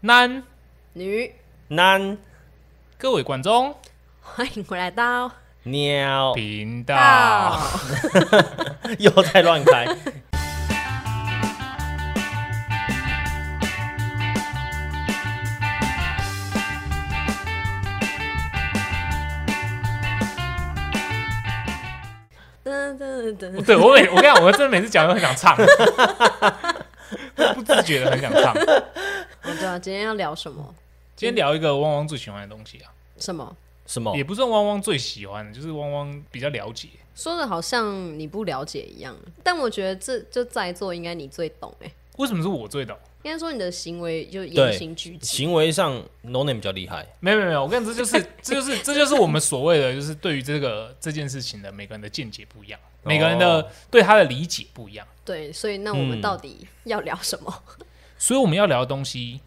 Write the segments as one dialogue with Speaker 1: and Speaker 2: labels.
Speaker 1: 男
Speaker 2: 女，
Speaker 3: 男
Speaker 1: 各位观众
Speaker 2: 欢迎回来到
Speaker 3: 鸟
Speaker 1: 频
Speaker 3: 啊
Speaker 1: 道，
Speaker 2: 啊
Speaker 3: 又在乱 开。
Speaker 2: 噔噔噔，
Speaker 1: 哦对我每我跟你讲，我真的每次讲都很想唱， 不自觉的很想唱。
Speaker 2: 我知啊道今天要聊什么
Speaker 1: 今天聊一个汪汪最喜欢的东西啊，
Speaker 2: 什么，
Speaker 3: 什么
Speaker 1: 也？不算汪汪最喜欢的，就是汪汪比较了解。
Speaker 2: 说的好像你不了解一样，但我觉得这就在座应该你最懂哎、
Speaker 1: 为什么是我最懂？
Speaker 2: 应该说你的行为就言
Speaker 3: 对
Speaker 2: 行举止，
Speaker 3: 行为上，No Name 比较厉害。
Speaker 1: 没有没有没有，我跟你这就是 这就是这就是我们所谓的就是对于这个这件事情的每个人的见解不一样，每个人的对他的理解不一样，
Speaker 2: 对，所以那我们
Speaker 3: 嗯
Speaker 2: 到底要聊什么？
Speaker 1: 所以我们要聊的东西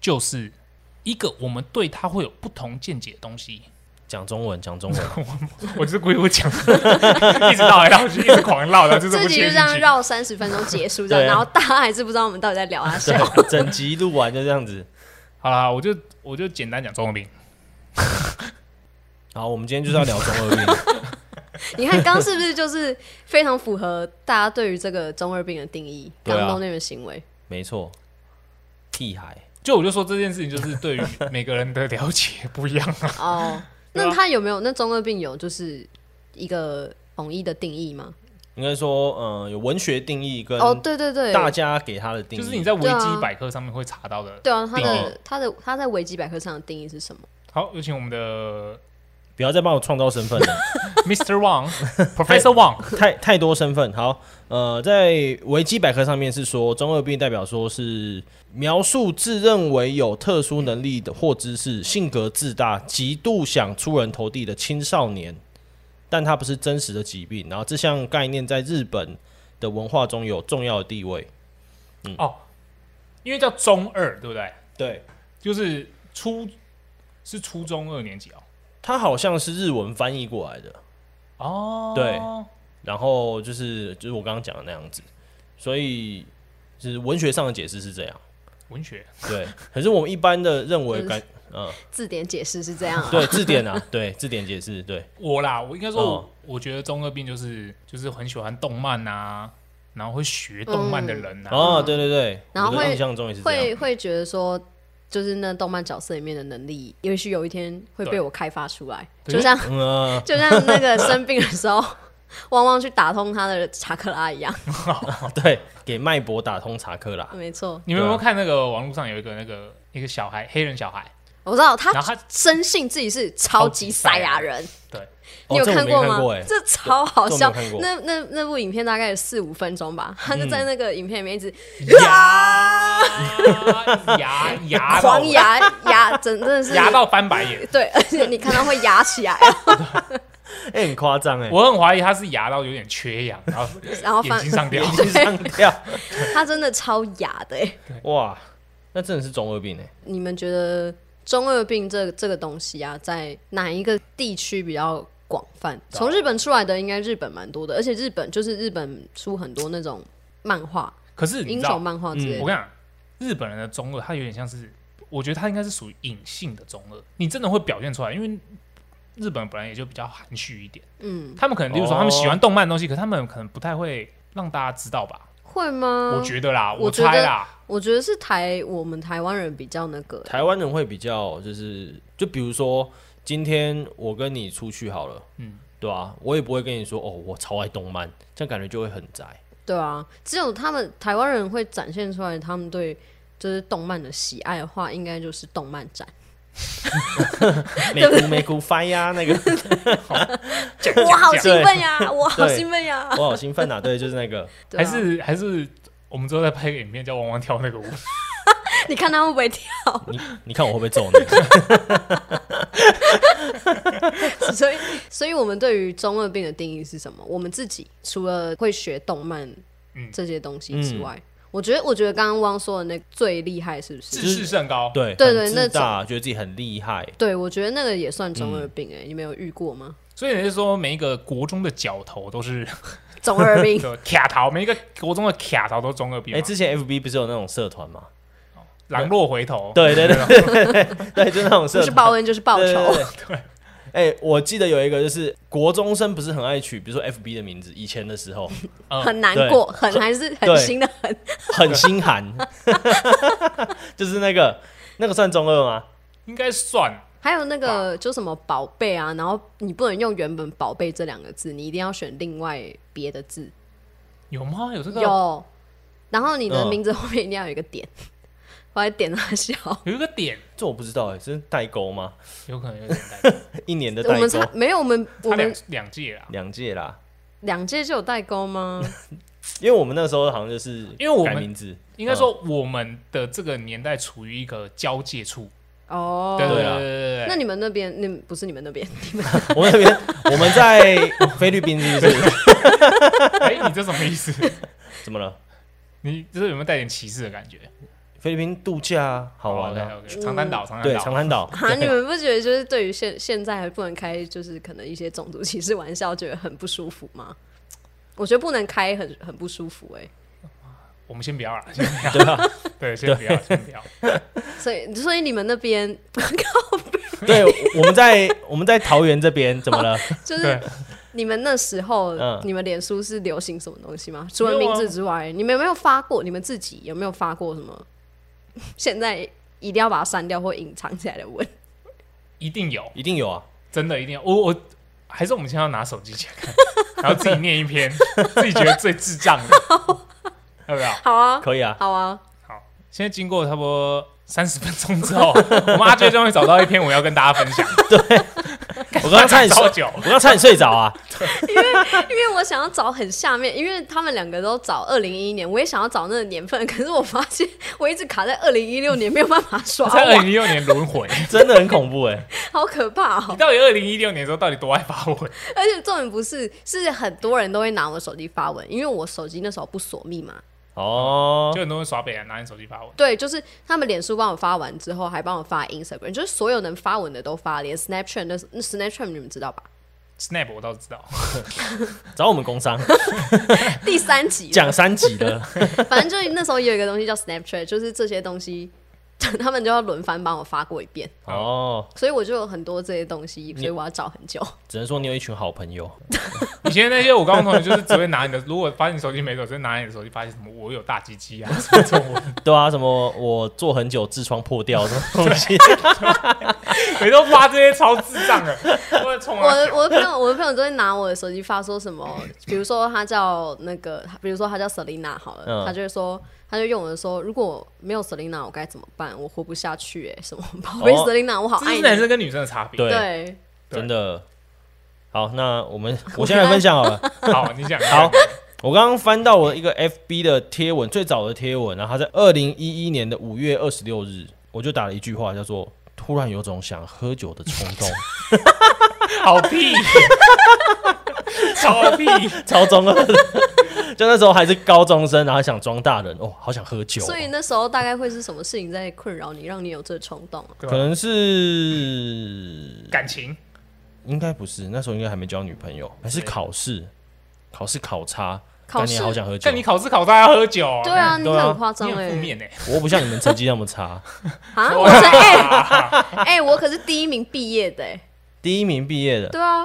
Speaker 1: 就是一个我们对他会有不同见解的东西。
Speaker 3: 讲中文，讲中文。
Speaker 1: 我就是故意不讲， 一直绕来绕去，一直狂绕
Speaker 3: 嗯
Speaker 1: 的，就是
Speaker 2: 这
Speaker 1: 不
Speaker 2: 集
Speaker 1: 切
Speaker 2: 就
Speaker 1: 进
Speaker 2: 这样
Speaker 1: 去。
Speaker 2: 绕三十分钟结束，这样，
Speaker 3: 对啊
Speaker 2: 然后大家还是不知道我们到底在聊啊笑。
Speaker 3: 对，整集录完就这样子。
Speaker 1: 好啦，我就我就简单讲中文病。
Speaker 3: 好，我们今天就是要聊中二病。
Speaker 2: 你看刚刚是不是就是非常符合大家对于这个中二病的定义？
Speaker 3: 对啊
Speaker 2: 刚刚那个行为，
Speaker 3: 没错，屁孩。
Speaker 1: 就我就说这件事情就是对于每个人的了解不一样 啊。
Speaker 2: 哦，
Speaker 1: 对啊
Speaker 2: 那他有没有？那中二病有就是一个统一的定义吗？
Speaker 3: 应该说，嗯、有文学定义跟
Speaker 2: 哦，对对对，
Speaker 3: 大家给他的定义。
Speaker 1: 就是你在维
Speaker 2: 对
Speaker 1: 基
Speaker 2: 啊
Speaker 1: 百科上面会查到的。
Speaker 2: 对啊，他
Speaker 1: 定
Speaker 2: 的他的他在维基百科上的定义是什么？
Speaker 1: 好，有请我们的
Speaker 3: 不要再帮我创造身份了。
Speaker 1: Mr. Wang、Professor Wang。
Speaker 3: 太太多身份。好，呃，在维基百科上面是说，中二病代表说是描述自认为有特殊能力的或知识、性格自大、极度想出人头地的青少年，但它不是真实的疾病。然后这项概念在日本的文化中有重要的地位。
Speaker 1: 哦，因为叫中二，对不对？
Speaker 3: 对，
Speaker 1: 就是初是初中二年级哦。
Speaker 3: 它好像是日文翻译过来的。
Speaker 1: 哦，
Speaker 3: 对然后就是就是我刚刚讲的那样子，所以就是文学上的解释是这样。
Speaker 1: 文学
Speaker 3: 对，可是我们一般的认为感，嗯。
Speaker 2: 字典解释是这样、啊，
Speaker 3: 对，字典啊，对，字典解释，对，
Speaker 1: 我啦，我应该说我，
Speaker 3: 嗯
Speaker 1: 我觉得中二病就是就是很喜欢动漫啊，然后会学动漫的人啊。
Speaker 3: 哦，对对对，
Speaker 2: 然后
Speaker 3: 我的
Speaker 2: 会
Speaker 3: 印象中也是这样，
Speaker 2: 会会觉得说。就是那动漫角色里面的能力，也许有一天会被
Speaker 1: 对
Speaker 2: 我开发出来，
Speaker 1: 对
Speaker 2: 就像
Speaker 3: 嗯、呃，
Speaker 2: 就像那个生病的时候， 汪汪去打通他的查克拉一样。
Speaker 3: 对，给脉搏打通查克拉，
Speaker 2: 没错，
Speaker 1: 你们有没有
Speaker 3: 对啊
Speaker 1: 看那个网络上有一个那个一个小孩，黑人小孩，
Speaker 2: 我知道他
Speaker 1: 然后他
Speaker 2: 深信自己是超级赛亚人，
Speaker 1: 对
Speaker 2: 你有
Speaker 3: 哦、这我没
Speaker 2: 过
Speaker 3: 看
Speaker 2: 吗？
Speaker 3: 过哎、
Speaker 2: 这超好笑
Speaker 3: 这我没看。过嗯
Speaker 2: 那那那部影片大概有四五分钟吧，他就在那个影片里面一直
Speaker 1: 牙牙牙到
Speaker 2: 啊狂牙牙，真真的是
Speaker 1: 牙到翻白眼，
Speaker 2: 对，而且你看到会牙起来，啊
Speaker 3: 哎、很夸张哎，
Speaker 1: 我很怀疑他是牙到有点缺氧，然后
Speaker 2: 然后
Speaker 1: 眼
Speaker 2: 翻
Speaker 1: 睛上 吊。
Speaker 3: 心上跳，
Speaker 2: 他真的超哑的、欸。
Speaker 3: 哇，那真的是中二病哎、
Speaker 2: 你们觉得中二病这这个东西啊，在哪一个地区比较广泛？从日本出来的应该日本蛮多的，而且日本就是日本出很多那种漫画、
Speaker 1: 可是你
Speaker 2: 英
Speaker 1: 知道，
Speaker 2: 雄
Speaker 1: 我
Speaker 2: 漫画之
Speaker 1: 跟
Speaker 2: 类
Speaker 3: 嗯
Speaker 2: 的。
Speaker 1: 你讲，日本人的中二，他有点像是，我觉得他应该是属于隐性的中二，你真的会表现出来，因为日本本来也就比较含蓄一点。
Speaker 2: 嗯，
Speaker 1: 他们可能，比如说
Speaker 3: 哦
Speaker 1: 他们喜欢动漫的东西，可他们可能不太会让大家知道吧？
Speaker 2: 会吗？
Speaker 1: 我觉得啦，
Speaker 2: 嗯我觉得
Speaker 1: 猜啦，
Speaker 2: 我觉得是台我们台湾人比较那个欸、
Speaker 3: 台湾人会比较就是，就比如说今天我跟你出去好了，
Speaker 1: 嗯
Speaker 3: 嗯，对吧、啊？我也不会跟你说哦，我超爱动漫，这样感觉就会很 宅，
Speaker 2: 对啊，只有他们台湾人会展现出来他们对。就是动漫的喜爱的话，应该就是动漫展。
Speaker 3: 美股美股翻呀，那个
Speaker 2: 我好
Speaker 1: 讲
Speaker 2: 兴奋呀！我好
Speaker 3: 对
Speaker 2: 兴奋呀！
Speaker 3: 我好兴奋啊，对，就是那个，
Speaker 2: 对啊
Speaker 1: 还是还是我们之后再拍个影片叫汪汪跳那个舞，
Speaker 2: 你看他会不会
Speaker 3: 你你看我会不会揍你？
Speaker 2: 所以，所以我们对于中二病的定义是什么？我们自己除了会学动漫
Speaker 1: 嗯
Speaker 2: 这些东西之外，我觉得，我觉得刚刚汪说的那个最厉害，是不是？
Speaker 1: 自视甚高。
Speaker 3: 对
Speaker 2: 对
Speaker 3: 很
Speaker 2: 对那
Speaker 3: 自大，觉得自己很厉害，
Speaker 2: 对，我觉得那个也算中
Speaker 1: 嗯
Speaker 2: 二病哎、你们有遇过吗？
Speaker 1: 所以你是说每一个国中的角头都 是
Speaker 2: 中二 病，
Speaker 1: 就卡桃，每一个国中的卡桃都中二病
Speaker 3: 哎、
Speaker 1: 吗？
Speaker 3: 之前 FB 不是有那种社团吗？
Speaker 1: 狼若回头，
Speaker 3: 对 对对
Speaker 1: 对，
Speaker 3: 对，就那种社
Speaker 2: 不是报恩就是报
Speaker 3: 对
Speaker 2: 仇。
Speaker 3: 对对。哎、我记得有一个就是国中生不是很爱取，比如说 FB 的名字，以前的时 候
Speaker 2: 很难过，很还是很
Speaker 3: 对
Speaker 2: 新的很，
Speaker 3: 很心寒， 就是那个那个算中二吗？
Speaker 1: 应该算
Speaker 2: 还有那个就什么宝贝啊，然后你不能用原本宝贝这两个字，你一定要选另外别的字。
Speaker 1: 有吗？有这个
Speaker 2: 有，然后你的
Speaker 3: 嗯
Speaker 2: 名字后面一定要有一个点，我还点他笑。
Speaker 1: 有一个点，
Speaker 3: 这我不知道哎、这是代沟吗？
Speaker 1: 有可能有点 代沟，
Speaker 3: 一年的
Speaker 2: 我
Speaker 3: 代
Speaker 2: 们
Speaker 3: 沟
Speaker 2: 才，没有，我们我
Speaker 1: 他两
Speaker 2: 们
Speaker 1: 两届啦，
Speaker 3: 两届啦。
Speaker 2: 两届就有代沟吗？
Speaker 3: 因为我们那时候好像就是
Speaker 1: 因为我们
Speaker 3: 改名字，
Speaker 1: 应该说我们的这个年代处于一个交界处，
Speaker 2: 哦，
Speaker 1: 对对
Speaker 3: 对
Speaker 1: 对
Speaker 3: 啊
Speaker 1: 对对
Speaker 2: 那
Speaker 1: 对。
Speaker 2: 你们那边，你们不是你们那边，
Speaker 3: 我们那边我们 在菲律宾是不是？
Speaker 1: 哎，你这什么意思？
Speaker 3: 怎么了？
Speaker 1: 你这有没有带点歧视的感觉？
Speaker 3: 菲律宾度假啊，好玩啊！
Speaker 1: OK，OK，长滩岛，长滩
Speaker 3: 对，
Speaker 1: 岛，
Speaker 3: 长滩岛，
Speaker 2: 啊，你们不觉得就是对于现现在还不能开，就是可能一些种族歧视玩笑，觉得很不舒服吗？我觉得不能开很很不舒服哎、
Speaker 1: 我们先不要了，先 不要，
Speaker 3: 对吧？
Speaker 1: 对，先不要，先不要。
Speaker 2: 所以所以你们 那边
Speaker 3: 对，我们在我们在桃园这边怎么了？
Speaker 2: 就是
Speaker 1: 对，
Speaker 2: 你们那时候，
Speaker 3: 嗯
Speaker 2: 你们脸书是流行什么东西吗？除
Speaker 1: 没
Speaker 2: 了
Speaker 1: 有
Speaker 2: 名
Speaker 1: 啊
Speaker 2: 字之外，你们有没有发过？你们自己有没有发过什么？ 现在一定要把它删掉或隐藏起来的文？
Speaker 1: 一定有，
Speaker 3: 一定有啊！
Speaker 1: 真的一定有。我我还是我们先要拿手机起来看，然后自己念一篇， 自己觉得最智障的，要不要？
Speaker 2: 好啊，
Speaker 3: 可以啊，
Speaker 2: 好啊，
Speaker 1: 好，现在经过差不多三十分钟之后， 我们阿追终于找到一篇我要跟大家分享。
Speaker 3: 我刚刚差点睡
Speaker 1: 超， 久，
Speaker 3: 我刚刚差点睡着啊！
Speaker 2: 因为我想要找很下面，因为他们两个都找二零一一年，我也想要找那个年份，可是我发现我一直卡在二零一六年，没有办法 刷
Speaker 1: 在二
Speaker 2: 完，
Speaker 1: 零一六年轮回。
Speaker 3: 真的很恐怖哎、
Speaker 2: 好可怕
Speaker 1: 你
Speaker 2: 哦！
Speaker 1: 到底二零一六年的时候到底多爱发文？
Speaker 2: 而且重点不是，是很多人都会拿我手机发文，因为我手机那时候不锁密码，
Speaker 3: 哦
Speaker 1: 就，很多人耍北兰，拿你手机发文。
Speaker 2: 对，就是他们脸书帮我发完之后，还帮我发 Instagram，就是所有能发文的都发，连 Snapchat 那那 Snapchat 你们知道吧？
Speaker 1: Snap 我倒是知道，
Speaker 3: 找我们工商
Speaker 2: 第三集了，
Speaker 3: 讲三级的，
Speaker 2: 反正就那时候也有一个东西叫 Snapchat，就是这些东西 他们就要轮番帮我发过一遍，
Speaker 3: 哦，
Speaker 2: 所以我就有很多这些东西，所以我要找很久。
Speaker 3: 只能说你有一群好朋友，
Speaker 1: 以前那些我高中同学就是只会拿你的， 如果发现你手机没走，就拿你的手机发现什么我有大鸡鸡啊 什么这种文，
Speaker 3: 对啊，什么我做很久痔疮破掉这种东西，
Speaker 1: 每都发这些超智障的，我在冲
Speaker 2: 我
Speaker 1: 啊
Speaker 2: 的！我的朋友，我的朋友都会拿我的手机发说什么，比如说他叫那个，比如说他叫 Selina 好了，
Speaker 3: 嗯
Speaker 2: 他就会说，他就用我的说，如果没有 Selina 我该怎么办？我活不下去哎、欸，什么 宝贝
Speaker 3: 哦
Speaker 2: Selina，我好
Speaker 1: 这
Speaker 2: 爱
Speaker 1: 是
Speaker 2: 你。
Speaker 1: 男生跟女生的差别。
Speaker 3: 对
Speaker 2: 对，
Speaker 3: 真的。好，那我们我先来分享好了。
Speaker 1: 好，你讲
Speaker 3: 好，我刚刚翻到我一个 FB 的贴文，最早的贴文，然后它在二零一一年的五月二十六日，我就打了一句话，叫做“突然有种想喝酒的冲动，
Speaker 1: 好屁， 超屁，”
Speaker 3: 超中二的。 就那时候还是高中生，然后想装大人，哦，好想喝酒哦、
Speaker 2: 所以那时候大概会是什么事情在困扰你，让你有这冲动啊？
Speaker 1: 对
Speaker 3: 可
Speaker 1: 吧
Speaker 3: 能是
Speaker 1: 感情
Speaker 3: 应该不是，那时候应该还没交女朋友，还是考试，考试考差，
Speaker 2: 考
Speaker 3: 当
Speaker 2: 试
Speaker 3: 年好想喝酒
Speaker 1: 看。你考试考到要喝酒啊，
Speaker 2: 对啊，你
Speaker 3: 对啊
Speaker 2: 很夸张
Speaker 1: 你很负
Speaker 2: 哎
Speaker 1: 面哎，
Speaker 3: 我不像你们成绩那么 差，
Speaker 2: 啊！我是哎哎，我可是第一名毕业的哎，
Speaker 3: 第一名毕业的，
Speaker 2: 对啊，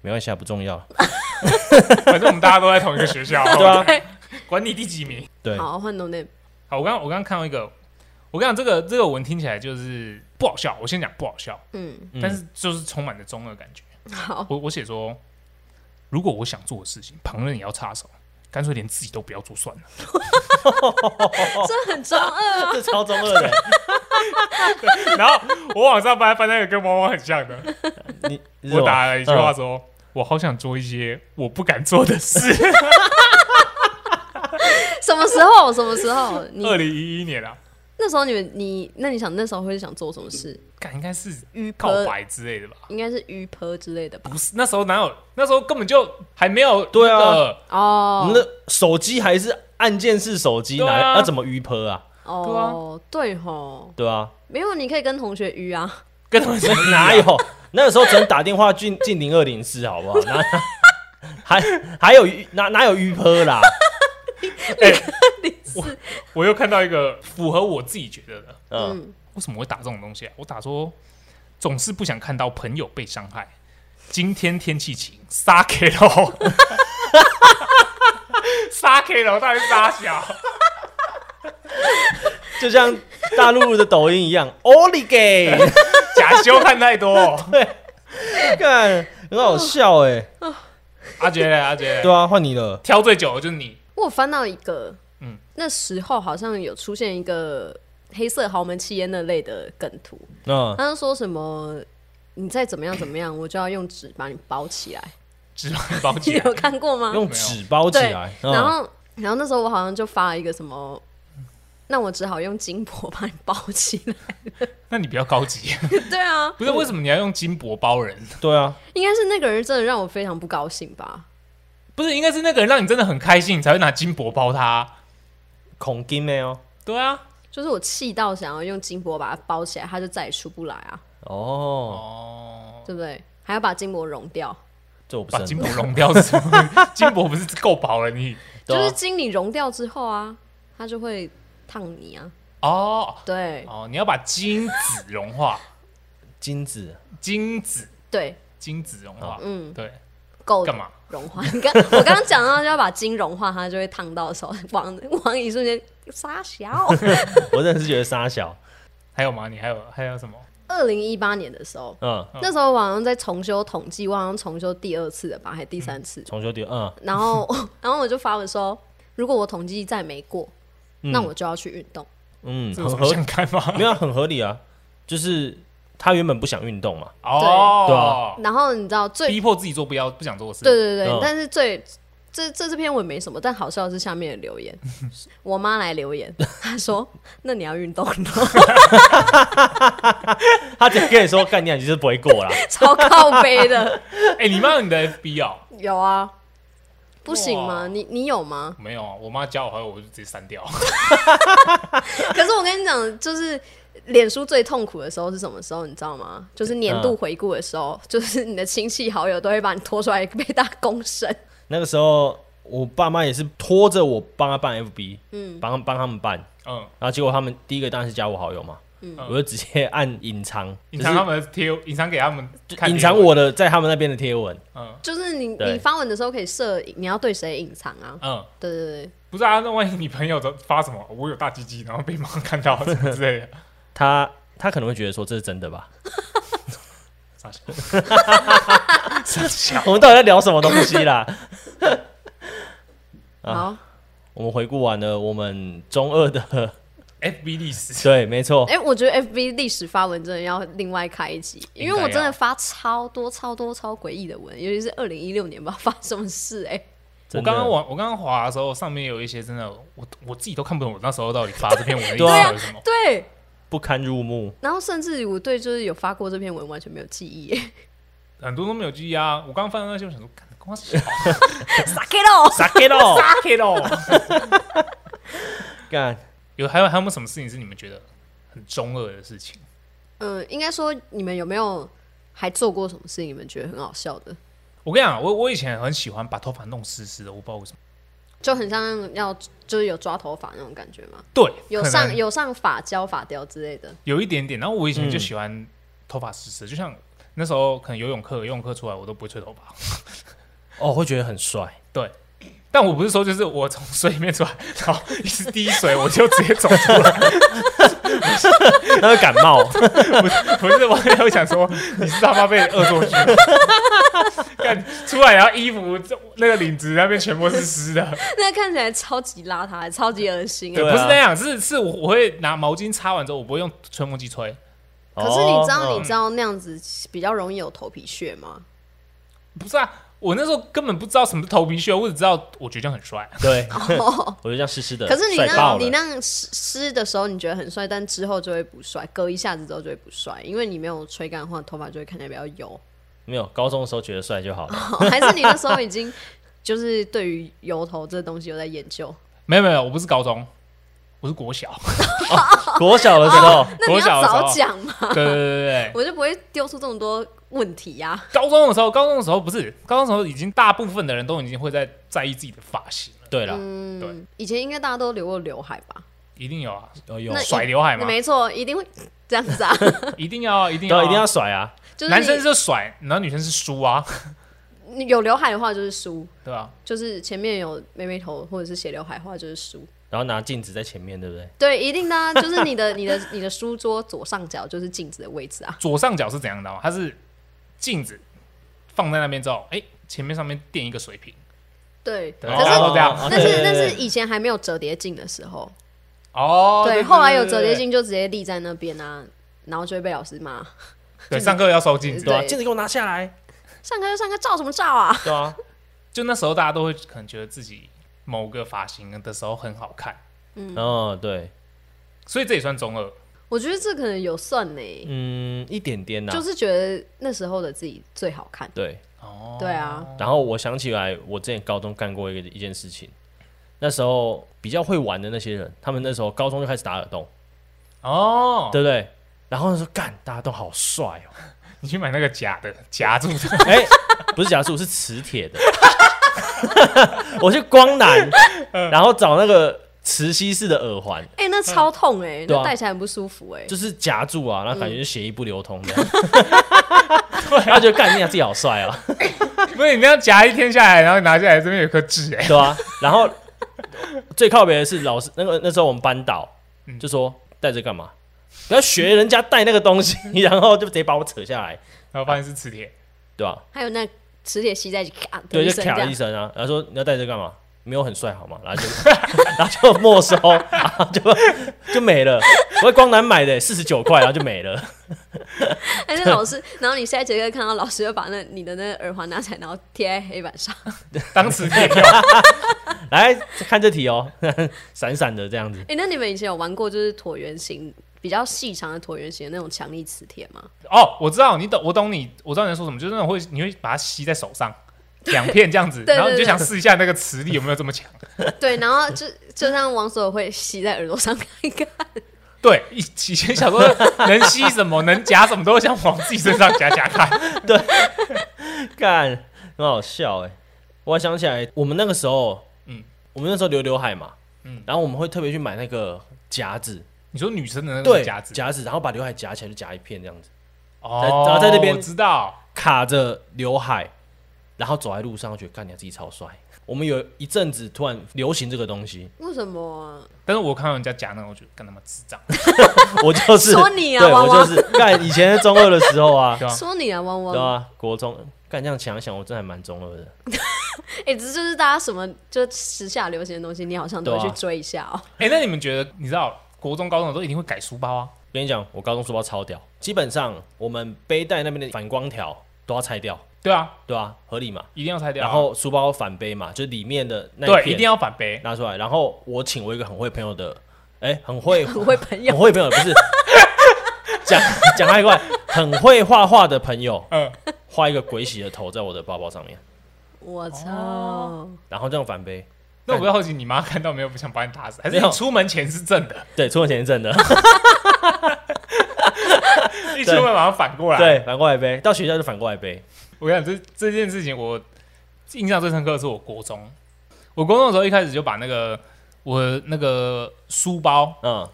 Speaker 3: 没关系啊，不重要。
Speaker 1: 反正我们大家都在同一个学 校，
Speaker 3: 对啊，
Speaker 1: 管你第几名。
Speaker 3: 对，
Speaker 2: 好换 No Name，
Speaker 1: 好，我刚我刚刚看到一个，我跟你讲这个这个文听起来就是不好笑，我先讲不好笑，
Speaker 2: 嗯，
Speaker 3: 嗯
Speaker 1: 但是就是充满着中二感觉。
Speaker 2: 好，
Speaker 1: 我我写说，如果我想做的事情，旁人也要插手，干脆连自己都不要做算了。
Speaker 2: 这很中二，
Speaker 3: 这超中二的。
Speaker 1: 然后 我往上翻翻那个跟汪汪很像的，
Speaker 3: 你你是
Speaker 1: 我
Speaker 3: 什么
Speaker 1: 打了一句话
Speaker 3: 嗯
Speaker 1: 说。我好想做一些我不敢做的事。
Speaker 2: 什么时候？什么时候？你
Speaker 1: 二零一一年啊，
Speaker 2: 那时候你们你那你想那时候会想做什么事？
Speaker 1: 感应该是
Speaker 2: 鱼
Speaker 1: 告
Speaker 2: 婆
Speaker 1: 白之类的吧？
Speaker 2: 应该是鱼婆之类的吧？
Speaker 1: 不是，那时候哪有？那时候根本就还没有、那个。
Speaker 3: 对啊，我
Speaker 2: 哦
Speaker 3: 们，的手机还是按键式手机，
Speaker 1: 对啊
Speaker 3: 哪要怎么鱼泼啊？
Speaker 2: 哦，对吼，
Speaker 3: 对啊，
Speaker 2: 没有，你可以跟同学鱼啊，
Speaker 1: 跟他们什么
Speaker 3: 哪有？那个时候只能打电话进进零二零四，好不好？哪还还有鱼哪哪有鱼泼啦？
Speaker 1: 我又看到一个符合我自己觉得的，
Speaker 3: 嗯，
Speaker 1: 为什么会打这种东西啊？我打说总是不想看到朋友被伤害。今天天气晴，撒 K 喽，撒 K 喽，到底是撒小？
Speaker 3: 就像大陆的抖音一样 o l i g a
Speaker 1: 假修看太多。
Speaker 3: 看很好笑哎、
Speaker 1: 阿杰嘞，阿杰嘞，
Speaker 3: 对啊，换你了，
Speaker 1: 挑最久的就是你，
Speaker 2: 我有翻到一个，
Speaker 1: 嗯
Speaker 2: 那时候好像有出现一个黑色豪门气焰那类的梗图，
Speaker 3: 嗯，
Speaker 2: 他就说什么你再怎么样怎么样，我就要用纸把你包起 来。
Speaker 1: 只能包啊
Speaker 2: 你
Speaker 1: 起 来
Speaker 2: 有看过吗？
Speaker 3: 用纸包起
Speaker 2: 对
Speaker 3: 来，，嗯
Speaker 2: 然后然后那时候我好像就发了一个什么。那我只好用金箔把你包起 来。
Speaker 1: 那你比较高 级。
Speaker 2: 对啊，
Speaker 1: 不是为什么你要用金箔包人？
Speaker 3: 对啊，
Speaker 2: 应该是那个人真的让我非常不高兴吧？
Speaker 1: 不是应该是那个人让你真的很开心，你才会拿金箔包他？
Speaker 3: 恐金哦没有
Speaker 1: 对啊，
Speaker 2: 就是我气到想要用金箔把它包起来，它就再也出不来啊，
Speaker 3: 哦，
Speaker 1: 哦，
Speaker 2: 对不对？还要把金箔融掉，
Speaker 3: 这我不
Speaker 1: 把
Speaker 3: 是
Speaker 1: 金
Speaker 3: 很
Speaker 1: 箔融掉是吗？金箔不是够薄了你？
Speaker 3: 对
Speaker 2: 就
Speaker 3: 啊
Speaker 2: 是经你融掉之后啊，它就会烫你啊。
Speaker 1: 哦
Speaker 2: 对
Speaker 1: 哦，你要把金子融 化，
Speaker 3: 金子，
Speaker 1: 金子
Speaker 2: 对，
Speaker 1: 金子融化，
Speaker 2: 嗯，
Speaker 1: 对，
Speaker 2: 够
Speaker 1: 干嘛？
Speaker 2: 融化？你刚 我刚刚讲到就要把金融化，它就会烫到手，往往一瞬间傻 小。
Speaker 3: 我真的是觉得傻小，
Speaker 1: 还有吗？你还有还有什么？
Speaker 2: 二零一八年的时候，
Speaker 3: 嗯，
Speaker 1: 嗯
Speaker 2: 那时候我好像在重修统计，我好像重修第二次了吧，还第三次。
Speaker 3: 重修第二，嗯，
Speaker 2: 然后 然后我就发文说，如果我统计再没过，
Speaker 3: 嗯
Speaker 2: 那我就要去运动。
Speaker 3: 嗯，
Speaker 1: 这有
Speaker 3: 很
Speaker 1: 什
Speaker 3: 合
Speaker 1: 么想看 吗？
Speaker 3: 没有啊很合理啊，就是他原本不想运动嘛，啊
Speaker 1: 哦，
Speaker 2: 然后你知道最
Speaker 1: 逼迫自己做不要不想做的事，
Speaker 2: 对对对，
Speaker 3: 嗯
Speaker 2: 但是最这这这篇文没什么，但好笑的是下面的留 言，我妈来留言，她说：“那你要运动吗？
Speaker 3: 他只跟你说干你啊，你就是不会过啦，
Speaker 2: 超靠背的。
Speaker 1: 哎，你妈有你的 FB 哦？”
Speaker 2: 有啊，不行吗？
Speaker 1: 哇
Speaker 2: 你你有吗？
Speaker 1: 没有啊，我妈加我好友，我就直接删掉。
Speaker 2: 可是我跟你讲，就是。脸书最痛苦的时候是什么时候？你知道吗？就是年度
Speaker 3: 嗯
Speaker 2: 回顾的时候，就是你的亲戚好友都会把你拖出来被大家公审。
Speaker 3: 那个时候我爸妈也是拖着我帮他办 FB，嗯，帮帮他们办，
Speaker 1: 嗯，
Speaker 3: 然后结果他们第一个当然是加我好友嘛，我就直接按隐藏，
Speaker 1: 隐藏他们的贴，隐藏给他们
Speaker 3: 就是
Speaker 1: 看，
Speaker 3: 隐藏。我的在他们那边的贴文，
Speaker 1: 嗯
Speaker 2: 就是你
Speaker 3: 对
Speaker 2: 你发文的时候可以设你要对谁隐藏啊？
Speaker 1: 嗯，
Speaker 2: 对对对，
Speaker 1: 不是啊，那万一你朋友都发什么我有大鸡鸡，然后被妈看到什么之类 的，
Speaker 3: 他他可能会觉得说这是真的吧？
Speaker 1: 傻笑，傻 笑。
Speaker 3: 我们到底在聊什么东西啦？啊
Speaker 2: 好，
Speaker 3: 我们回顾完了我们中二的，
Speaker 1: FB 历史，
Speaker 3: 对，没错，
Speaker 2: 哎、我觉得 FB 历史发文真的要另外开一集，
Speaker 1: 应该
Speaker 2: 因为我真的发超多、超多、超诡异的文，尤其是二零一六年吧，发生什么事哎、
Speaker 1: 我
Speaker 3: 真的
Speaker 1: 刚刚往我刚刚滑的时候，上面有一些真的，我我自己都看不懂我那时候到底发这篇文的意思
Speaker 3: 对啊
Speaker 1: 是什么。
Speaker 2: 对，
Speaker 3: 不堪入目，
Speaker 2: 然后甚至我对就是有发过这篇文完全没有记忆、哎
Speaker 1: 很多都没有记忆啊。我刚刚翻到那些，我想说，干光 傻
Speaker 2: 傻 K 喽，
Speaker 3: 傻 K 咯，
Speaker 1: 傻 K 喽。
Speaker 3: 干，
Speaker 1: 有还有还有没有什么事情是你们觉得很中二的事情？
Speaker 2: 嗯，应该说你们有没有还做过什么事情你们觉得很好笑的，
Speaker 1: 我跟你讲，我我以前很喜欢把头发弄湿湿的，我不知道为什么。
Speaker 2: 就很像要就是有抓头发那种感觉吗？
Speaker 1: 对，
Speaker 2: 有
Speaker 1: 可能
Speaker 2: 上有上发胶、发雕之类的，
Speaker 1: 有一点点。然后我以前就
Speaker 3: 嗯
Speaker 1: 喜欢头发湿湿，就像那时候可能游泳课，游泳课出来我都不会吹头发。
Speaker 3: 哦，会觉得很帅，
Speaker 1: 但我不是说就是我从水里面出来，然后一直滴水，我就直接走出来。
Speaker 3: 他会感 冒，
Speaker 1: 不是不是，我有想说你是他妈 被恶作剧 吗。看出来，然后衣服这那个领子那边全部是湿的，
Speaker 2: 那看起来超级邋遢，超级恶心、哎
Speaker 1: 对，
Speaker 3: 对啊
Speaker 1: 不是那样，是是我我会拿毛巾擦完之后，我不会用吹风机吹，
Speaker 2: 可是你知
Speaker 3: 哦
Speaker 2: 道，你
Speaker 3: 嗯
Speaker 2: 知道那样子比较容易有头皮屑吗？
Speaker 1: 不是啊。我那时候根本不知道什么是头皮屑，我只知道我觉得这样很帅。
Speaker 3: 对，
Speaker 2: 哦，
Speaker 3: 我就这样湿湿的，
Speaker 2: 可是你
Speaker 3: 帅爆
Speaker 2: 那，
Speaker 3: 了
Speaker 2: 你那样湿湿的时候，你觉得很帅，但之后就会不帅，隔一下子之后就会不帅，因为你没有吹干的话，头发就会看起来比较油。
Speaker 3: 没有高中的时候觉得帅就好了，
Speaker 2: 还是你那时候已经就是对于油头这东西有在研究？
Speaker 1: 没有没有，我不是高中，我是国 小。
Speaker 3: 国小的时候，
Speaker 2: 那你
Speaker 1: 国小
Speaker 2: 要
Speaker 1: 的时候
Speaker 2: 早讲嘛，
Speaker 1: 对对对对对，
Speaker 2: 我就不会丢出这么多问题啊呀、
Speaker 1: 高中的时候，高中的时候不是高中的时候，已经大部分的人都已经会在在意自己的发型了。
Speaker 3: 对啦，
Speaker 1: 对
Speaker 2: 嗯，以前应该大家都留过刘海吧？
Speaker 1: 一定有啊，
Speaker 3: 有有
Speaker 2: 那，
Speaker 1: 甩刘海嘛，
Speaker 2: 没错，一定会这 样子啊，
Speaker 1: 一定要啊，一定
Speaker 3: 对
Speaker 1: 要啊，
Speaker 3: 啊，一定要甩啊，
Speaker 2: 就是
Speaker 1: 男生是甩，然后女生是梳啊，
Speaker 2: 你你有刘海的话就是梳，
Speaker 1: 对吧？
Speaker 2: 就是前面有妹妹头或者是斜刘海的话就是梳。
Speaker 3: 然后拿镜子在前面，对不对？
Speaker 2: 对，一定的、啊，就是 你的、你的、你的书桌左上角就是镜子的位置啊。
Speaker 1: 左上角是怎样的吗？它是镜子放在那边之后，哎、前面上面垫一个水瓶，
Speaker 2: 对，
Speaker 1: 对啊
Speaker 2: 可
Speaker 1: 大家
Speaker 2: 是
Speaker 1: 都这样
Speaker 3: 哦
Speaker 2: 但
Speaker 3: 对
Speaker 2: 是
Speaker 3: 对
Speaker 2: 但
Speaker 3: 对
Speaker 2: 是以前还没有折叠镜的时候，
Speaker 1: 哦，
Speaker 2: 对，
Speaker 1: 对，
Speaker 2: 后来有
Speaker 1: 对
Speaker 2: 折叠，镜就直接立在那边啊，然后就会被老师骂。
Speaker 1: 对对，上课要收镜子，
Speaker 3: 对啊，
Speaker 2: 对
Speaker 3: 镜子给我拿下来，
Speaker 2: 上课就上课，照什么照啊？
Speaker 3: 对啊，
Speaker 1: 就那时候大家都会可能觉得自己某个发型的时候很好看，
Speaker 2: 嗯
Speaker 3: 哦，对，
Speaker 1: 所以这也算中二。
Speaker 2: 我觉得这可能有算呢、
Speaker 3: 嗯，一点点呐
Speaker 2: 就，是觉得那时候的自己最好看。
Speaker 3: 对。
Speaker 1: 哦，
Speaker 2: 对啊，
Speaker 3: 然后我想起来，我之前高中干过一个一件事情，那时候比较会玩的那些人，他们那时候高中就开始打耳洞，
Speaker 1: 哦，
Speaker 3: 对不对？然后说干，大家都好帅哦，
Speaker 1: 你去买那个假的夹住的，
Speaker 3: 哎、不是假树，是磁铁的。 我去光南，然后找那个磁吸式的耳环，
Speaker 2: 哎、那超痛哎、
Speaker 3: 对啊
Speaker 2: 那戴起来很不舒服哎、
Speaker 3: 就是夹住啊，那感觉就血液不流通 的。然后就干，你俩自己好帅啊，
Speaker 1: 不是你那样夹一天下来，然后拿下来这边有颗痣，哎，
Speaker 3: 对啊？然后最靠北的是老师，那个那时候我们班导就说戴这干嘛？不要学人家戴那个东西， 然后就直接把我扯下来，
Speaker 1: 然后发现是磁铁，
Speaker 3: 对吧、
Speaker 2: 还有那磁铁吸在一起咔的
Speaker 3: 对，
Speaker 2: 一
Speaker 3: 就
Speaker 2: 声这
Speaker 3: 卡了
Speaker 2: 样
Speaker 3: 一。声啊，然后说你要戴这干嘛？没有很帅好吗？然后就 然后就没收，然后就就没了。我在光南买的，四十九块，然后就没了。
Speaker 2: 还是哎老师，然后你下一节课看到老师就把那你的那个耳环拿起来，然后贴在黑板上。
Speaker 1: 当磁铁 用。
Speaker 3: 来看这题哦， 闪闪的这样子。
Speaker 2: 哎、那你们以前有玩过就是椭圆形比较细长的椭圆形的那种强力磁铁 吗？
Speaker 1: 哦，我知道你懂，我懂你，我知道你在说什么，就是那种会你会把它吸在手上。两片这样子，
Speaker 2: 对对
Speaker 1: 然后你就
Speaker 2: 对
Speaker 1: 想试一下那个磁力有没有这么强。
Speaker 2: 对，然后就就像王所会吸在耳朵上看一看，
Speaker 1: 对，以以前小时候能吸什么，能夹什么，都会想往自己身上夹夹看。
Speaker 3: 干，很好笑哎、我还想起来，我们那个时候，嗯
Speaker 1: 嗯，
Speaker 3: 我们那时候留刘海嘛，嗯
Speaker 1: 嗯，
Speaker 3: 然后我们会特别去买那个夹子，
Speaker 1: 你说女生的那
Speaker 3: 对，
Speaker 1: 个夹子，
Speaker 3: 夹子，然后把刘海夹起来就夹一片这样子，在
Speaker 1: 哦，
Speaker 3: 然后在那边
Speaker 1: 我知道，
Speaker 3: 卡着刘海，然后走在路上，我觉得干你自己超帅。我们有一阵子突然流行这个东西，
Speaker 2: 为什么啊、
Speaker 1: 但是我看到人家夹那个，我觉得干他妈智 障，
Speaker 3: 我就 是
Speaker 2: 说你啊
Speaker 3: 对
Speaker 2: 娃娃
Speaker 3: 我就是干以前中二的时 候啊，
Speaker 1: 对吧？
Speaker 2: 说你啊，汪
Speaker 3: 对
Speaker 2: 汪，
Speaker 3: 啊，国中干这样想一想，我真的还蛮中二的。
Speaker 2: 哎、这就是大家什么就时下流行的东西，你好像都会去
Speaker 3: 啊
Speaker 2: 追一下哦、
Speaker 1: 哎、那你们觉得，你知道国中、高中的都一定会改书包啊？
Speaker 3: 跟你讲，我高中书包超屌，基本上我们背带那边的反光条都要拆掉，
Speaker 1: 对啊，
Speaker 3: 对吧、合理嘛。
Speaker 1: 一定要拆掉啊、
Speaker 3: 然后书包反背嘛，就是里面的那
Speaker 1: 对，
Speaker 3: 片
Speaker 1: 一定要反背。
Speaker 3: 拿出来。然后我请我一个很会朋友的，哎、很 会
Speaker 2: 很会朋友
Speaker 3: 很会朋友不是讲讲太快，很会画画的朋友，
Speaker 1: 嗯，
Speaker 3: 画一个鬼洗的头在我的包包上面，
Speaker 2: 我操、
Speaker 3: 然后这样反背。
Speaker 1: 那我比较好奇，你妈看到没有？不想把你打死，还
Speaker 3: 没
Speaker 1: 是
Speaker 3: 有
Speaker 1: 你出门前是正 的，
Speaker 3: 对，出门前是正的，
Speaker 1: 一出门马上反过来？，
Speaker 3: 对，反过来背，到学校就反过来背。
Speaker 1: 我跟你讲，这这件事情我印象最深刻的是我国中，我国中的时候一开始就把那个我那个书包，
Speaker 3: 嗯，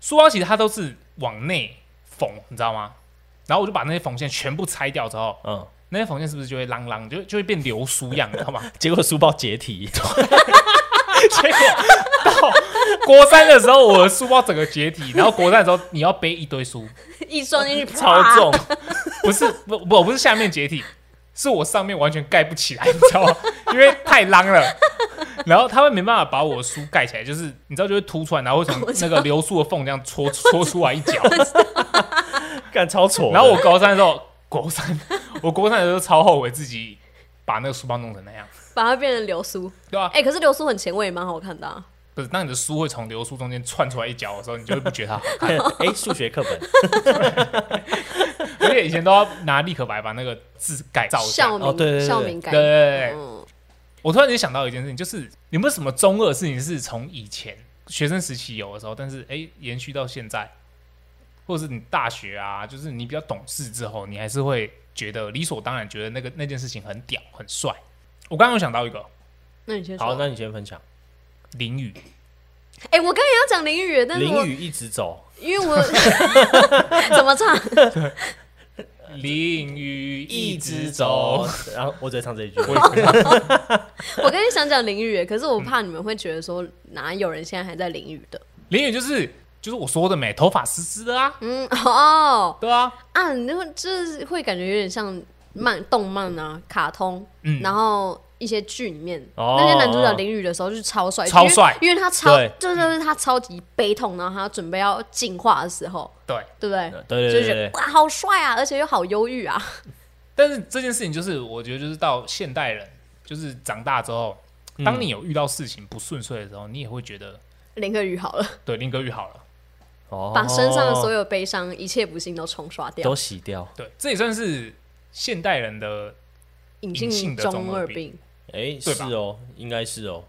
Speaker 1: 书包其实它都是往内缝，你知道吗？然后我就把那些缝线全部拆掉之后，
Speaker 3: 嗯，
Speaker 1: 那些缝线是不是就会啷啷，就就会变流苏样，你知道吗？
Speaker 3: 结果书包解体，
Speaker 1: 结果到国三的时候，我的书包整个解体，然后国三的时候你要背一堆书，
Speaker 2: 一撞进去
Speaker 3: 超
Speaker 2: 啪
Speaker 3: 重，
Speaker 1: 不是不不不是下面解体，是我上面完全盖不起来，你知道吗？因为太浪了。然后他们没办法把我的书盖起来，就是你知道就会凸出来，然后会从那个流苏的缝这样戳戳出来一角。
Speaker 3: 干超丑的。
Speaker 1: 然后我高三的时候，国三，我国三的时候超后悔自己把那个书包弄成那样，
Speaker 2: 把它变成流苏。
Speaker 1: 对吧、
Speaker 2: 哎、可是流苏很前卫，也蛮好看的、啊。
Speaker 1: 不是，当你的书会从流苏中间窜出来一角的时候，你就会不觉得它好看。
Speaker 3: 哎、数学课本，
Speaker 1: 而且以前都要拿立可白把那个字盖罩一下
Speaker 2: 校。
Speaker 3: 哦对对
Speaker 2: 名，
Speaker 3: 对对
Speaker 2: 校名改
Speaker 1: 对对
Speaker 2: 名。
Speaker 1: 对对，
Speaker 2: 嗯，
Speaker 1: 我突然间想到一件事情，就是有没有什么中二的事情是从以前学生时期有的时候，但是哎、延续到现在，或者是你大学啊，就是你比较懂事之后，你还是会觉得理所当然，觉得那个那件事情很屌很帅。我刚刚有想到一个，
Speaker 2: 那你先说。
Speaker 3: 好，那你先分享。
Speaker 1: 淋雨，
Speaker 2: 哎、我刚才要讲淋雨， 但是我
Speaker 3: 淋雨一直 走，
Speaker 2: 因为我怎么唱？
Speaker 1: 淋雨一直
Speaker 3: 走
Speaker 1: 走。。
Speaker 3: 然后我只会唱这一句。
Speaker 1: 我也不知道
Speaker 2: 我刚才想讲淋雨，可是我怕你们会觉得说哪有人现在还在淋雨的？
Speaker 1: 淋雨就是就是我说的没，头发湿湿的啊，
Speaker 2: 嗯，哦
Speaker 1: 对啊，
Speaker 2: 啊，你会就是会感觉有点像漫动漫啊、卡通，
Speaker 1: 嗯
Speaker 2: 然后。一些剧里面、
Speaker 3: 哦
Speaker 2: 那些男主角淋雨的时候就是超帅，
Speaker 1: 超帅
Speaker 2: 因为因为他超
Speaker 3: 对
Speaker 2: 就是就是他超级悲痛，然后他准备要进化的时候，
Speaker 1: 对。
Speaker 2: 对不对？
Speaker 3: 对对
Speaker 2: 就
Speaker 3: 呃对
Speaker 2: 是觉得
Speaker 3: 对，
Speaker 2: 哇，好帅啊，而且又好忧郁啊，
Speaker 1: 但是这件事情就是，我觉得就是到现代人，就是长大之后，当你有遇到事情不顺遂的时候，你也会觉得
Speaker 2: 淋个雨好了，
Speaker 1: 对林格宇好了。
Speaker 3: 哦
Speaker 2: 把身上的所有悲伤、一切不幸都冲刷掉
Speaker 3: 都，洗掉。
Speaker 1: 对，这也算是现代人的。
Speaker 2: 引
Speaker 1: 隐性
Speaker 2: 进
Speaker 1: 的
Speaker 2: 中
Speaker 1: 中
Speaker 2: 二
Speaker 1: 二
Speaker 2: 病。
Speaker 3: 哎，是
Speaker 1: 对吧
Speaker 3: 哦，应该是哦。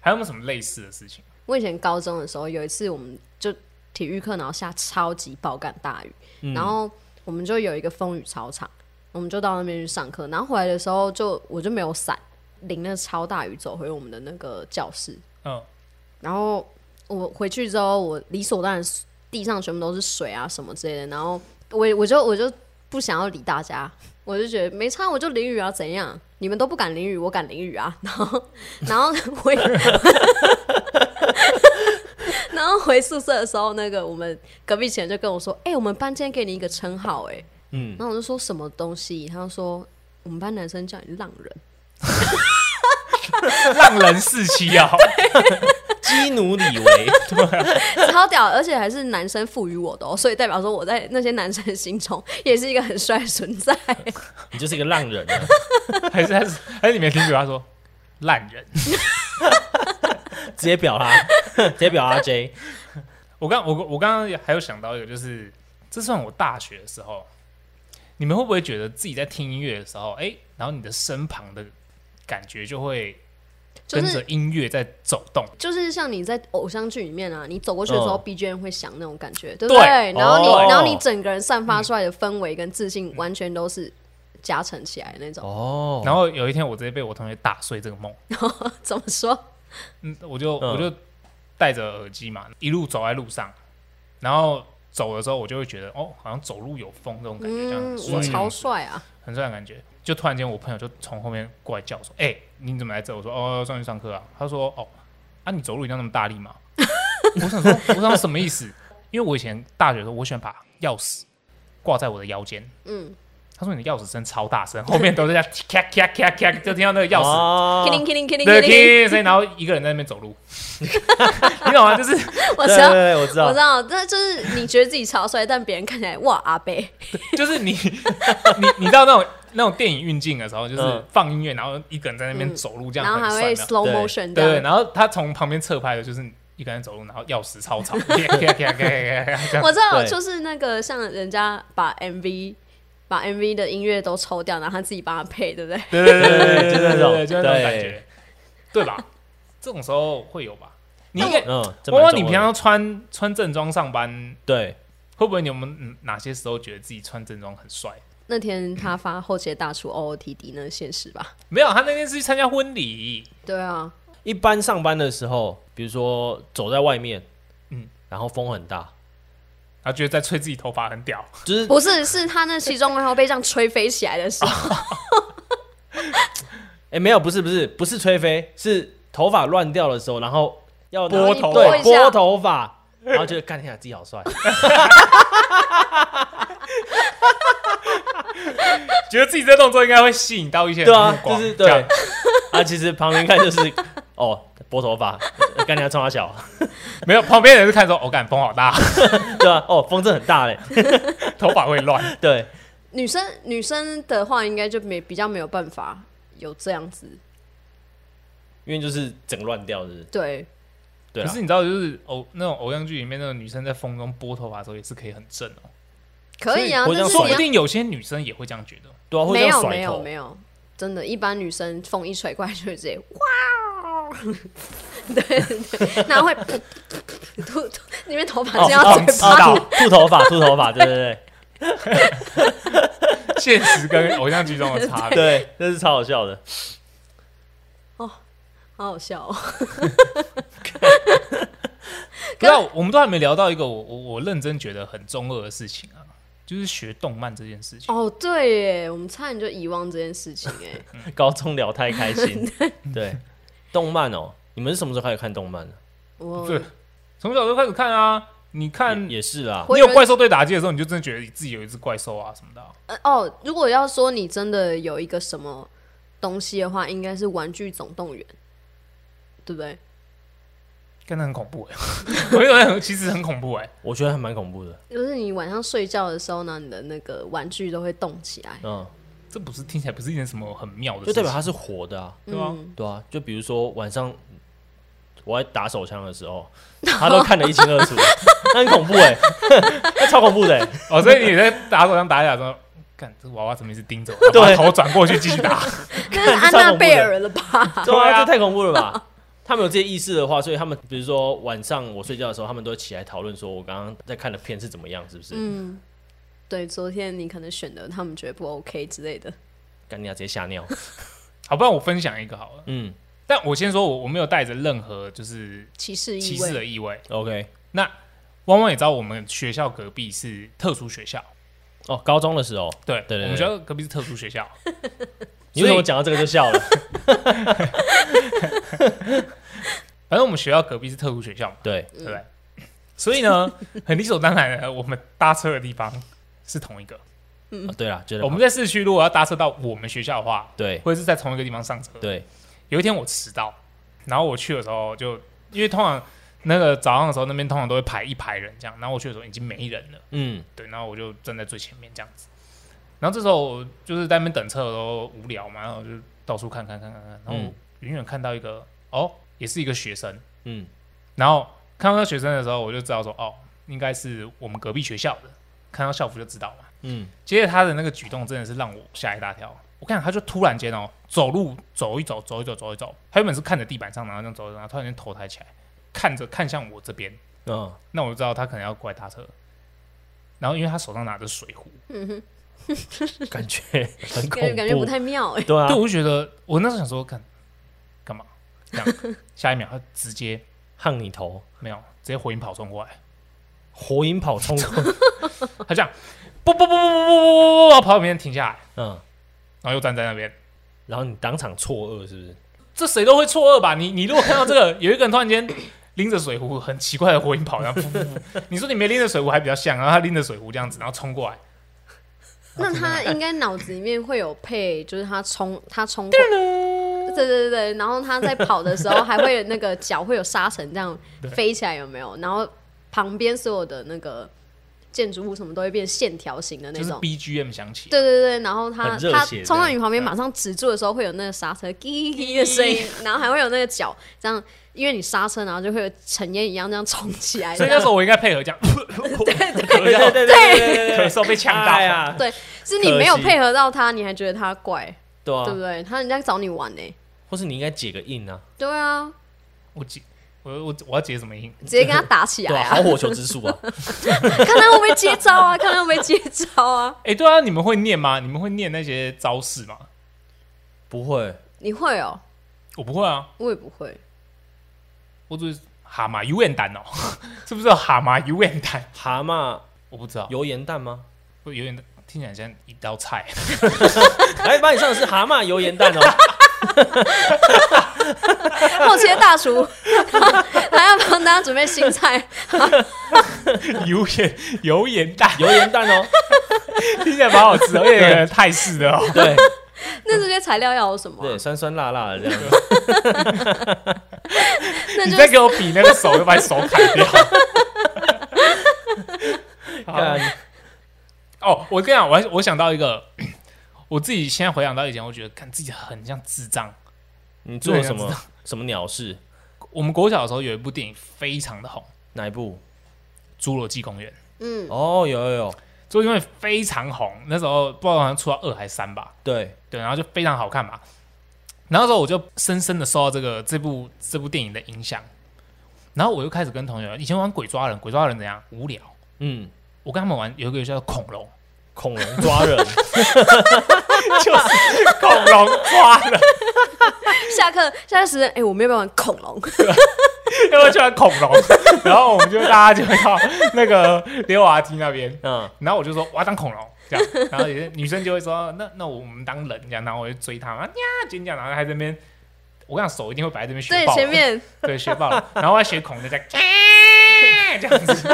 Speaker 1: 还有没有什么类似的事情？
Speaker 2: 我以前高中的时候，有一次我们就体育课，然后下超级爆干大雨，然后我们就有一个风雨操场，我们就到那边去上课，然后回来的时候就我就没有伞，淋了超大雨走回我们的那个教室，
Speaker 1: 嗯，
Speaker 2: 然后我回去之后，我理所当然地上全部都是水啊什么之类的，然后我我就我就不想要理大家，我就觉得没差，我就淋雨啊怎样？你们都不敢淋雨，我敢淋雨啊！ 然后然后回 然后回宿舍的时候，那个我们隔壁前就跟我说：“哎、我们班今天给你一个称号、哎，嗯。”然后我就说什么东西？他就说我们班男生叫你浪人。
Speaker 1: 让人四期啊！
Speaker 3: 基努里维，
Speaker 2: 超屌，而且还是男生赋予我的哦，所以代表说我在那些男生心中也是一个很帅的存在。
Speaker 3: 你就是一个浪人啊，
Speaker 1: 还是还是还是你没听过他说烂人？
Speaker 3: 直接表他， 直接表阿 J。
Speaker 1: 我刚我我刚刚还有想到一个，就是这算我大学的时候，你们会不会觉得自己在听音乐的时候，哎、然后你的身旁的感觉就会
Speaker 2: 就
Speaker 1: 跟着
Speaker 2: 是
Speaker 1: 音乐在走动？
Speaker 2: 就是像你在偶像剧里面啊，你走过去的时候、
Speaker 3: 嗯
Speaker 2: BGM 会响那种感觉，对不对？
Speaker 1: 对
Speaker 2: 然后你、
Speaker 3: 哦
Speaker 2: 然后你整个人散发出来的氛围跟自信，完全都是加成起来的那种。
Speaker 3: 哦，
Speaker 1: 然后有一天，我直接被我同学打碎这个梦。
Speaker 2: 怎么说？
Speaker 1: 嗯，我就、
Speaker 3: 嗯
Speaker 1: 我就戴着耳机嘛，一路走在路上，然后走的时候，我就会觉得哦，好像走路有风这种感觉，这样
Speaker 2: 嗯，
Speaker 1: 很
Speaker 2: 我
Speaker 1: 帅，
Speaker 2: 超帅啊！
Speaker 1: 很帅的感觉。就突然间，我朋友就从后面过来叫我说：“哎、你怎么来这？”我说：“哦，上去上课啊。”他说：“哦，啊，你走路一定要那么大力吗？”我想说，我想什么意思？因为我以前大学的时候，我喜欢把钥匙挂在我的腰间。
Speaker 2: 嗯，
Speaker 1: 他说：“你的钥匙声超大声，后面都在 咔咔咔咔，就听到那个钥匙
Speaker 3: 匙
Speaker 2: killing killing killing
Speaker 1: 对，
Speaker 2: killing，
Speaker 1: 听，所以然后一个人在那边走路，你懂吗？就是
Speaker 2: 我
Speaker 3: 对
Speaker 2: 知
Speaker 3: 哦对
Speaker 2: 道，
Speaker 3: 对，我知
Speaker 2: 我
Speaker 3: 道
Speaker 2: 知。道，但就是你觉得自己超帅，但别人看起来哇阿贝，
Speaker 1: 就是你你你到那种那种电影运镜的时候，就是
Speaker 3: 嗯
Speaker 1: 放音乐，然后一个人在那边走路，这
Speaker 2: 然
Speaker 1: 样
Speaker 2: 后
Speaker 1: 很
Speaker 2: 还
Speaker 1: 帅
Speaker 2: 会
Speaker 1: 的。
Speaker 2: slow
Speaker 3: 对
Speaker 1: 对
Speaker 2: motion 这
Speaker 1: 对，
Speaker 2: 样。
Speaker 1: 然后他从旁边侧拍的，就是一个人走路，然后钥匙超吵，咔咔咔咔咔这样。
Speaker 2: 我知道，
Speaker 3: 对
Speaker 2: 就是那个像人家把 MV 把 MV 的音乐都抽掉，然后他自己帮他配，对不 对？
Speaker 1: 对对对对
Speaker 3: 对对
Speaker 1: 对，
Speaker 3: 就
Speaker 1: 就是是
Speaker 3: 那
Speaker 1: 那
Speaker 3: 种
Speaker 1: 种对，就是那种感
Speaker 3: 对
Speaker 1: 觉，对吧？这种时候会有吧？你应该，
Speaker 3: 嗯，这
Speaker 1: 汪
Speaker 3: 蛮
Speaker 1: 汪，
Speaker 3: 重
Speaker 1: 你
Speaker 3: 要
Speaker 1: 平
Speaker 3: 的
Speaker 1: 常穿穿正装上班，
Speaker 3: 对
Speaker 1: 会不会你们嗯哪些时候觉得自己穿正装很帅？
Speaker 2: 那天他发后街大厨 OOTD 那个现实吧？
Speaker 1: 没有，他那天是去参加婚礼，
Speaker 2: 对啊，
Speaker 3: 一般上班的时候，比如说走在外面，嗯
Speaker 1: 嗯，
Speaker 3: 然后风很大，
Speaker 1: 然后觉得在吹自己头发很屌，
Speaker 3: 就是
Speaker 2: 不是，是他那西装外套被这样吹飞起来的时候，
Speaker 3: 哎、没有，不是不是不是吹飞，是头发乱掉的时候，然后要
Speaker 1: 拨头
Speaker 3: 对
Speaker 2: 拨一下
Speaker 3: 拨头发，然后就看一下自己好帅，
Speaker 1: 觉得自己这动作应该会吸引到一些人
Speaker 3: 对
Speaker 1: 的
Speaker 3: 啊
Speaker 1: 目，
Speaker 3: 就
Speaker 1: 光，
Speaker 3: 是
Speaker 1: 这
Speaker 3: 对
Speaker 1: 样，
Speaker 3: 啊，其实旁边看就是 哦拨头发，干人家冲他小，
Speaker 1: 没有旁边的人是看说，我、哦、感风好大，
Speaker 3: 对吧、哦风真的很大嘞，
Speaker 1: 头发会乱，
Speaker 3: 对，
Speaker 2: 女生女生的话应该就没比较没有办法有这样子，
Speaker 3: 因为就是整个乱掉，就是
Speaker 2: 对，
Speaker 3: 对
Speaker 1: 可
Speaker 3: 啊
Speaker 1: 是，你知道，就是偶那种偶像剧里面那种女生在风中拨头发的时候，也是可以很正哦。
Speaker 2: 可以啊，
Speaker 3: 所以
Speaker 2: 但
Speaker 3: 我想
Speaker 2: 是
Speaker 1: 说
Speaker 2: 你
Speaker 1: 不
Speaker 2: 要
Speaker 1: 定有些女生也会这样觉得。
Speaker 3: 对啊，会这
Speaker 2: 没
Speaker 3: 样
Speaker 2: 有
Speaker 3: 甩
Speaker 2: 没有
Speaker 3: 头，
Speaker 2: 没有，真的，一般女生风一吹过来就会直接哇 哦，对对，然后会吐吐，里面头发
Speaker 3: 哦
Speaker 2: 这样
Speaker 3: 哦
Speaker 2: 嘴
Speaker 1: 知
Speaker 2: 巴
Speaker 1: 道
Speaker 3: 啊吐吐头发吐头发，对对
Speaker 1: 现 实跟偶像剧中的差
Speaker 3: 对
Speaker 1: 别，
Speaker 3: 对，那是超好笑的，
Speaker 2: 好好笑哦。
Speaker 1: 不要，我们都还没聊到一个我我我认真觉得很中二的事情啊，就是学动漫这件事情。
Speaker 2: 哦，对耶，我们差点就遗忘这件事情 哎。
Speaker 3: 高中聊太 开心，对，动漫哦，你们是什么时候开始看动漫的？
Speaker 2: 我
Speaker 1: 对，从小就开始看啊，你看
Speaker 3: 也也是啦，
Speaker 2: 我
Speaker 1: 你
Speaker 2: 以
Speaker 1: 有
Speaker 2: 为
Speaker 1: 怪兽对打机的时候，你就真的觉得自己有一只怪兽啊什么的啊、
Speaker 2: 呃哦，如果要说你真的有一个什么东西的话，应该是《玩具总动员》，对不对？
Speaker 1: 看的很恐怖哎、欸， 我有很其实很恐怖哎、
Speaker 3: 我觉得还蛮恐怖的。
Speaker 2: 就是你晚上睡觉的时候呢，你的那个玩具都会动起来。
Speaker 3: 嗯，
Speaker 1: 这不是听起来不是一件什么很妙的事
Speaker 3: 就
Speaker 1: 情，
Speaker 3: 代表它是活的啊，
Speaker 1: 对啊，
Speaker 2: 嗯
Speaker 3: 对啊，就比如说晚上我在打手枪的时 候，他都看得一清二楚，那很恐怖哎、 那超恐怖的、欸。
Speaker 1: 哦，所以你在打手枪打一打说，干这娃娃怎么一直盯着 我，
Speaker 3: 对
Speaker 1: 把头转过去继续打，
Speaker 2: 那是安娜贝尔了吧？
Speaker 3: 对
Speaker 1: 对啊
Speaker 3: 啊，这太恐怖了吧？他们有这些意识的话，所以他们比如说晚上我睡觉的时候，他们都会起来讨论说我刚刚在看的片是怎么样，是不是？
Speaker 2: 嗯，对，昨天你可能选的他们觉得不 OK 之类的。
Speaker 3: 干你娘直接吓尿。
Speaker 1: 好，不然我分享一个好了。
Speaker 3: 嗯
Speaker 1: 但我先说我我没有带着任何就是
Speaker 2: 歧视
Speaker 1: 歧
Speaker 2: 意
Speaker 1: 视
Speaker 2: 味，
Speaker 1: 的意味。
Speaker 3: ，OK，
Speaker 1: 那汪汪也知道我们学校隔壁是特殊学校，
Speaker 3: 哦，高中的时候，
Speaker 1: 对
Speaker 3: 对对对
Speaker 1: 我们学校隔壁是特殊学校，
Speaker 3: 你为什么讲到这个就笑了？
Speaker 1: 反正我们学校隔壁是特殊学校嘛，
Speaker 3: 对，
Speaker 1: 对不对？所以呢， 很理所当然的，我们搭车的地方是同一个。
Speaker 3: 哦对啦，觉得
Speaker 1: 我们在市区如果要搭车到我们学校的话，
Speaker 3: 对
Speaker 1: 会是在同一个地方上车。
Speaker 3: 对
Speaker 1: 有一天我迟到，然后我去的时候就因为通常那个早上的时候那边通常都会排一排人这样，然后我去的时候已经没人了，
Speaker 3: 嗯
Speaker 1: 对，然后我就站在最前面这样子。然后这时候我就是在那边等车的时候无聊嘛，然后我就到处看看看看看，然后我
Speaker 3: 嗯
Speaker 1: 远远看到一个哦，也是一个学生，
Speaker 3: 嗯，
Speaker 1: 然后看到那学生的时候我就知道说哦，应该是我们隔壁学校的，看到校服就知道嘛。
Speaker 3: 嗯，
Speaker 1: 接着他的那个举动真的是让我吓一大跳。我看他就突然间哦，走路走一走，走一走，走一走，他原本是看着地板上，然后这样走一走，然后突然间头抬起来，看着看向我这边，
Speaker 3: 嗯，
Speaker 1: 那我就知道他可能要过来搭车。然后因为他手上拿着水壶，
Speaker 3: 感 觉很恐
Speaker 2: 感觉
Speaker 3: 怖，
Speaker 2: 感觉不太 妙哎、
Speaker 3: 对啊
Speaker 1: 对，，我就觉得我那时候想说，干干嘛？这样，下一秒他直接
Speaker 3: 焊你头，
Speaker 1: 没有，直接火影跑冲过来，
Speaker 3: 火影跑冲过，
Speaker 1: 他这样，不不不不不不不不，跑到我面前停下来，
Speaker 3: 嗯，
Speaker 1: 然后又站在那边。
Speaker 3: 然后你当场错愕是 不是？
Speaker 1: 这谁都会错愕吧？你你如果看到这 个，有一个人突然间拎着水壶，很奇怪的火影跑， 然后噗噗噗，你说你没拎着水壶还比较像，然后他拎着水壶这样子，然后冲过来，
Speaker 2: 那他应该脑子里面会有配，就是他冲 他冲过，对对对对，然后他在跑的时候还会有那个脚会有沙尘这样
Speaker 1: 对
Speaker 2: 飞起来，有没有？然后旁边所有的那个建筑物什么都会变线条形的那
Speaker 1: 就是
Speaker 2: 种。
Speaker 1: BGM 响起，
Speaker 2: 对对对，然后他
Speaker 3: 很热
Speaker 2: 他
Speaker 3: 血
Speaker 2: 冲到
Speaker 3: 这样
Speaker 2: 你旁边，马上止住的时候会有那个刹车滴滴的声音，然后还会有那个脚这样，因为你刹车，然后就会有尘烟一样这样冲起来。
Speaker 1: 所以那时候我应该配合这样， 咳
Speaker 3: 对
Speaker 1: 嗽
Speaker 3: 对对对
Speaker 1: 咳嗽被呛到
Speaker 3: 哎呀，
Speaker 2: 对，是你没有
Speaker 3: 可惜
Speaker 2: 配合到他，你还觉得他怪，
Speaker 3: 对
Speaker 2: 对不
Speaker 3: 啊，
Speaker 2: 对？他人家找你玩呢、
Speaker 3: 或是你应该解个印啊，
Speaker 2: 对啊，
Speaker 1: 我解我我我要解什么音？
Speaker 2: 直接跟他打起
Speaker 3: 对
Speaker 2: 来
Speaker 3: 啊，
Speaker 2: 啊！
Speaker 3: 好火球之术 啊，
Speaker 2: 看他会不会接招啊？看他会不会接招啊？
Speaker 1: 哎，对啊，你们会念吗？你们会念那些招式吗？
Speaker 3: 不会，
Speaker 2: 你会哦、
Speaker 1: 我不会啊，
Speaker 2: 我也不会。
Speaker 1: 我只是蛤蟆 U N 蛋哦， 是不是叫蛤蟆 U N 蛋？
Speaker 3: 蛤蟆
Speaker 1: 我不知道，
Speaker 3: 油盐蛋吗？
Speaker 1: 有有点听起来像一道菜，
Speaker 3: 来，哎把你上的是蛤蟆油盐蛋哦，
Speaker 2: 后切大厨， 还要帮大家准备新菜，
Speaker 1: 油盐油盐蛋，
Speaker 3: 油盐蛋哦，
Speaker 1: 听起来蛮好吃的，而且有点泰式的哦。
Speaker 3: 对
Speaker 2: 那这些材料要有什么啊、
Speaker 3: 对，酸酸辣辣的这样，
Speaker 2: 那
Speaker 1: 你
Speaker 2: 就
Speaker 1: 再给我比那个手，就把你手砍掉。好
Speaker 3: 看
Speaker 1: 哦，我跟你讲，我还我想到一个，我自己现在回想到以前，我觉得看自己很像智障。
Speaker 3: 你做了什
Speaker 1: 对啊
Speaker 3: 么什么鸟事？
Speaker 1: 我们国小的时候有一部电影非常的红，
Speaker 3: 哪一部？
Speaker 1: 《侏罗纪公园》。
Speaker 2: 嗯，
Speaker 3: 哦，有有有，
Speaker 1: 《侏罗纪公园》非常红，那时候不知道好像出到二还是三吧，
Speaker 3: 对，
Speaker 1: 对，然后就非常好看嘛。然后那时候我就深深的受到这个这部这部电影的影响，然后我又开始跟同学，以前玩鬼抓人，鬼抓人怎样无聊，
Speaker 3: 嗯，
Speaker 1: 我跟他们玩有一个游戏叫恐龙，
Speaker 3: 恐龙抓 人，
Speaker 1: 就是恐龙抓人，
Speaker 2: 下课下课时间，哎、我们要不要玩恐龙？
Speaker 1: 因为我喜欢恐 龙，然后我们就大家就会到那个溜滑梯那边，
Speaker 3: 嗯，
Speaker 1: 然后我就说我要当恐龙这样，然后有些女生就会说那那我们当人这样，然后我就追她，啊呀尖叫，然后还在那边，我想手一定会摆在这边学
Speaker 2: 对，
Speaker 1: 爆，
Speaker 2: 前面
Speaker 1: 对学爆 了，然后我要学恐龙在这样这样子，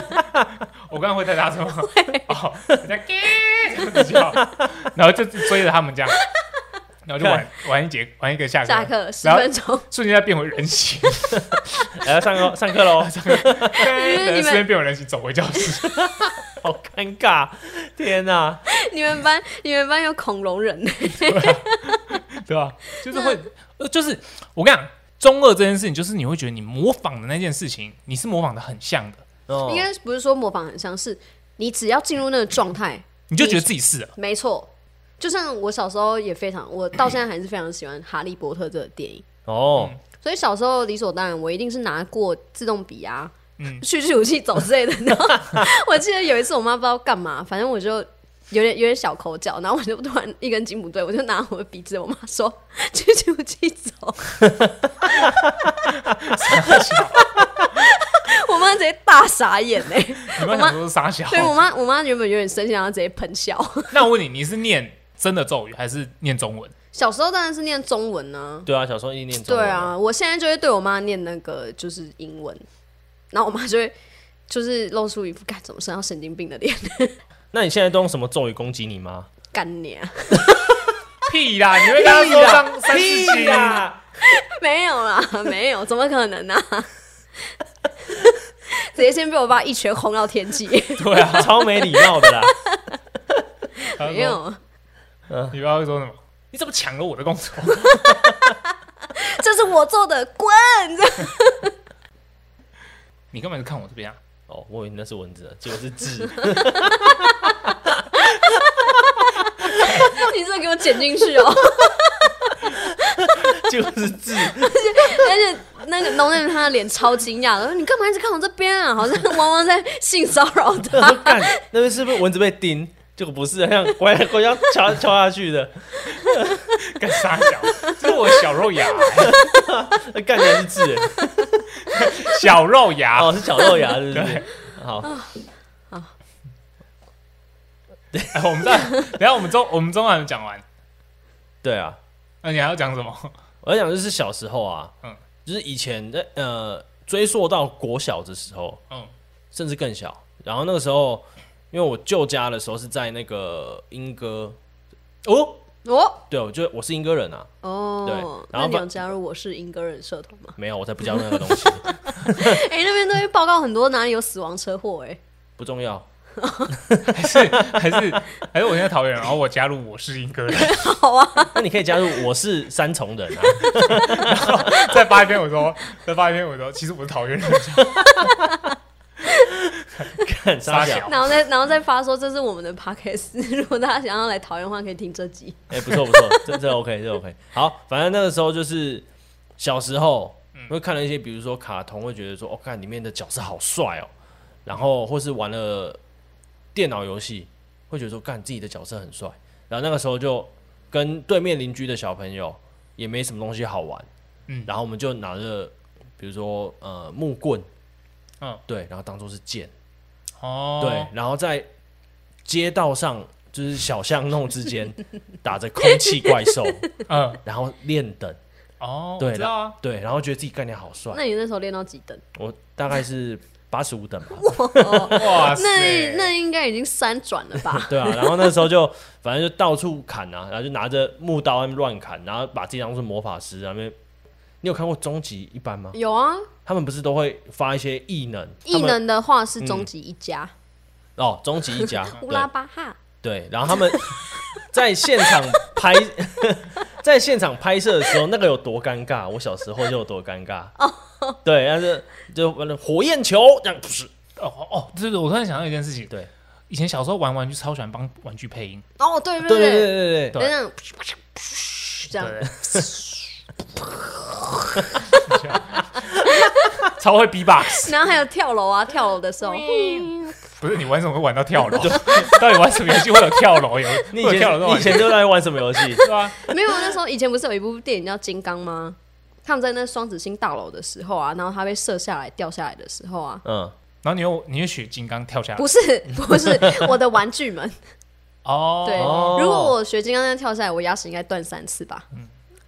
Speaker 1: 我刚刚会太大声吗？哦，我在这样子叫，然后就追着他们这样，然后就玩玩一节玩一个下
Speaker 2: 下
Speaker 1: 课，
Speaker 2: 课十
Speaker 1: 然后
Speaker 2: 分钟，
Speaker 1: 瞬间再变回人形，
Speaker 3: 来上课上课 喽，
Speaker 2: 为你们
Speaker 1: 瞬间变回人形走回教室，
Speaker 3: 好尴尬，天哪、
Speaker 2: 你们班你们班有恐龙人，
Speaker 1: 对 吧？就是会，呃就是我跟你讲。中二这件事情，就是你会觉得你模仿的那件事情，你是模仿的很像的，
Speaker 3: 哦
Speaker 2: 应该不是说模仿很像，是你只要进入那个状态，
Speaker 1: 你就觉得自己是 了。
Speaker 2: 没错。就像我小时候也非常，我到现在还是非常喜欢《哈利波特》这个电影，
Speaker 3: 哦，
Speaker 2: 所以小时候理所当然，我一定是拿过自动笔啊、
Speaker 1: 嗯
Speaker 2: 去去武器走之类的。 然后我记得有一次我妈不知道干嘛，反正我就有点有点小口角，然后我就突然一根筋不对，我就拿我的笔指我妈说去去武器走，我妈直接大傻眼哎、
Speaker 1: 你们想说是傻小？
Speaker 2: 对我妈我妈原本有点生气，然后直接喷笑。
Speaker 1: 那我问你，你是念真的咒语还是念中文？
Speaker 2: 小时候当然是念中文呢、
Speaker 3: 对啊，小时候一定念
Speaker 2: 对
Speaker 3: 中文，
Speaker 2: 啊，我现在就会对我妈念那个就是英文，然后我妈就会就是露出一副干怎么生到神经病的脸，
Speaker 3: 那你现在都用什么咒语攻击你妈？
Speaker 2: 干你啊，
Speaker 1: 屁啦！你会跟他说上三四啊七
Speaker 3: 屁啦
Speaker 2: 没有啦，没有，怎么可能呢、啊？ 直接先被我爸一拳轰到天 际，
Speaker 3: 对啊，超没礼貌的啦！
Speaker 1: 他说
Speaker 2: 没有，
Speaker 1: 你爸会说什么？你怎么抢了我的工作？
Speaker 2: 这是我做的，滚！
Speaker 1: 你干嘛看我这边啊？
Speaker 3: 哦，我以为那是蚊子呢，结果是字。
Speaker 2: 你这给我剪进去哦，
Speaker 3: 就是字，
Speaker 2: 而且那个农人他的脸超惊讶的，说你干嘛一直看我这边啊？好像 汪汪在性骚扰他。
Speaker 3: 我说干，那边是不是蚊子被叮？结果不是，像乖乖要敲敲下去的，
Speaker 1: 干傻小，这是我小肉芽，
Speaker 3: 干的是字，欸
Speaker 1: 小肉芽。
Speaker 3: 哦，是绞肉芽，是不是？好，
Speaker 1: 哎我们再等一下，我们中我们中还没讲完，
Speaker 3: 对啊，
Speaker 1: 那你还要讲什么？
Speaker 3: 我在讲就是小时候啊，
Speaker 1: 嗯
Speaker 3: 就是以前在呃追溯到国小的时候，
Speaker 1: 嗯
Speaker 3: 甚至更小，然后那个时候，因为我舅家的时候是在那个英歌，哦，
Speaker 2: 哦
Speaker 3: 对，我就我是英歌人啊，
Speaker 2: 哦，
Speaker 3: 对然
Speaker 2: 那
Speaker 3: 后
Speaker 2: 你
Speaker 3: 把
Speaker 2: 有加入我是英歌人社团吗？
Speaker 3: 没有，我才不教那个东西，
Speaker 2: 哎、那边都会报告很多哪里有死亡车祸哎、
Speaker 3: 不重要，
Speaker 1: 还是还是还是我现在桃园，然后我加入我是英哥人，
Speaker 3: 那你可以加入我是三重人啊，
Speaker 1: 再发一篇我说， 再发一篇我说，其实我是桃园人，
Speaker 3: 看傻
Speaker 1: 傻
Speaker 3: 小
Speaker 1: 小，
Speaker 2: 然后再然后再发说这是我们的 podcast，如果大家想要来桃园的话，可以听这集。
Speaker 3: 哎、不错不错，这这 OK 这 OK。好，反正那个时候就是小时候
Speaker 1: 嗯
Speaker 3: 会看了一些，比如说卡通，会觉得说，哦，看里面的角色好帅哦，然后或是玩了电脑游戏，会觉得说，干自己的角色很帅。然后那个时候就跟对面邻居的小朋友也没什么东西好玩，
Speaker 1: 嗯
Speaker 3: 然后我们就拿着比如说呃木棍，
Speaker 1: 嗯，
Speaker 3: 对，然后当做是剑，
Speaker 1: 哦，
Speaker 3: 对，，然后在街道上就是小巷弄之间打着空气怪兽，
Speaker 1: 嗯，
Speaker 3: 然后练等，
Speaker 1: 哦，我
Speaker 3: 对
Speaker 1: 知道啊，
Speaker 3: 对，然后觉得自己概念好帅
Speaker 2: 那，你那时候练到几等？
Speaker 3: 我大概是八十五等吧，
Speaker 1: 哇
Speaker 2: 那
Speaker 1: 塞，
Speaker 2: 那应该已经三转了吧？
Speaker 3: 对啊，然后那时候就反正就到处砍啊，然后就拿着木刀在那边乱砍，然后把自己当做魔法师，然后那边你有看过终极一班吗？
Speaker 2: 有啊，
Speaker 3: 他们不是都会发一些异能，他
Speaker 2: 异
Speaker 3: 们
Speaker 2: 能的话是终极一家、
Speaker 3: 哦，终极一家，
Speaker 2: 乌
Speaker 3: 对
Speaker 2: 拉巴哈，
Speaker 3: 对，然后 他们在现场拍， 在现场拍摄的时候，那个有多尴尬？我小时候就有多尴尬。
Speaker 2: 哦
Speaker 3: 对，但是就火焰球这样，不是
Speaker 1: 哦哦，对对，我突然想到一件事情，
Speaker 3: 对，
Speaker 1: 以前小时候玩玩具超喜欢帮玩具配音，
Speaker 2: 哦，对
Speaker 3: 对
Speaker 2: 对
Speaker 3: 对对对对，
Speaker 2: 等等，这样
Speaker 1: 对，超会 B box，
Speaker 2: 哦然后还有跳楼啊，跳楼的时候，
Speaker 1: 不是你玩什么会玩到跳楼？到底玩什么游戏会有跳楼？ 有
Speaker 3: 你
Speaker 1: 会有
Speaker 3: 以
Speaker 1: 跳楼
Speaker 3: 前
Speaker 1: 这
Speaker 3: 你
Speaker 1: 种
Speaker 3: 以前都在玩什么游戏？
Speaker 1: 对啊吧？
Speaker 2: 没有，那时候以前不是有一部电影叫《金刚》吗？他们在那双子星大楼的时候啊，然后他被射下来掉下来的时候 啊，
Speaker 3: 嗯，
Speaker 1: 然后你又你又学金刚跳下来
Speaker 2: 不，是 不是我的玩具们，
Speaker 1: 哦，
Speaker 2: 对，
Speaker 3: 哦
Speaker 2: 如果我学金刚那样跳下来，我牙齿应该断三次吧，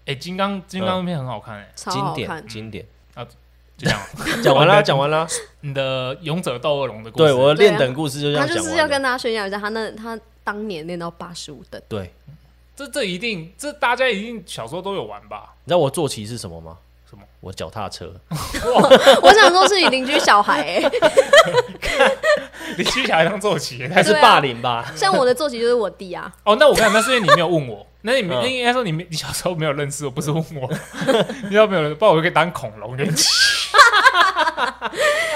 Speaker 1: 哎，金刚金
Speaker 3: 嗯
Speaker 1: 刚片很好看哎，
Speaker 2: 超
Speaker 3: 经
Speaker 2: 好
Speaker 3: 典
Speaker 2: 看。
Speaker 3: 经典。
Speaker 1: 啊就这样，
Speaker 3: 讲完
Speaker 1: 我
Speaker 3: 啦，
Speaker 1: 的
Speaker 3: 讲完啦。
Speaker 1: 你的勇者斗恶龙的故事，
Speaker 3: 对我的
Speaker 2: 对啊
Speaker 3: 练等故事就这
Speaker 2: 他
Speaker 3: 样
Speaker 2: 就
Speaker 3: 讲
Speaker 2: 是要
Speaker 3: 完了。
Speaker 2: 跟大家炫耀一下，他那他当年练到八十五等，
Speaker 3: 对，
Speaker 1: 这这一定这大家一定小时候都有玩吧？
Speaker 3: 你知道我坐骑是什么 吗？
Speaker 1: 什么？
Speaker 3: 我脚踏车。
Speaker 2: 啊我想说是你邻居小孩、欸，
Speaker 1: 你去小孩当坐骑，
Speaker 3: 还
Speaker 1: 但
Speaker 3: 是
Speaker 1: 是
Speaker 2: 对啊
Speaker 3: 霸凌吧？
Speaker 2: 像我的坐骑就是我弟啊，
Speaker 1: 哦，那我看那是因为你没有问我，那你没
Speaker 3: 嗯
Speaker 1: 那应该说你没你小时候没有认识我，不是问我， 你知道没有人，不然我就可以当恐龙人骑。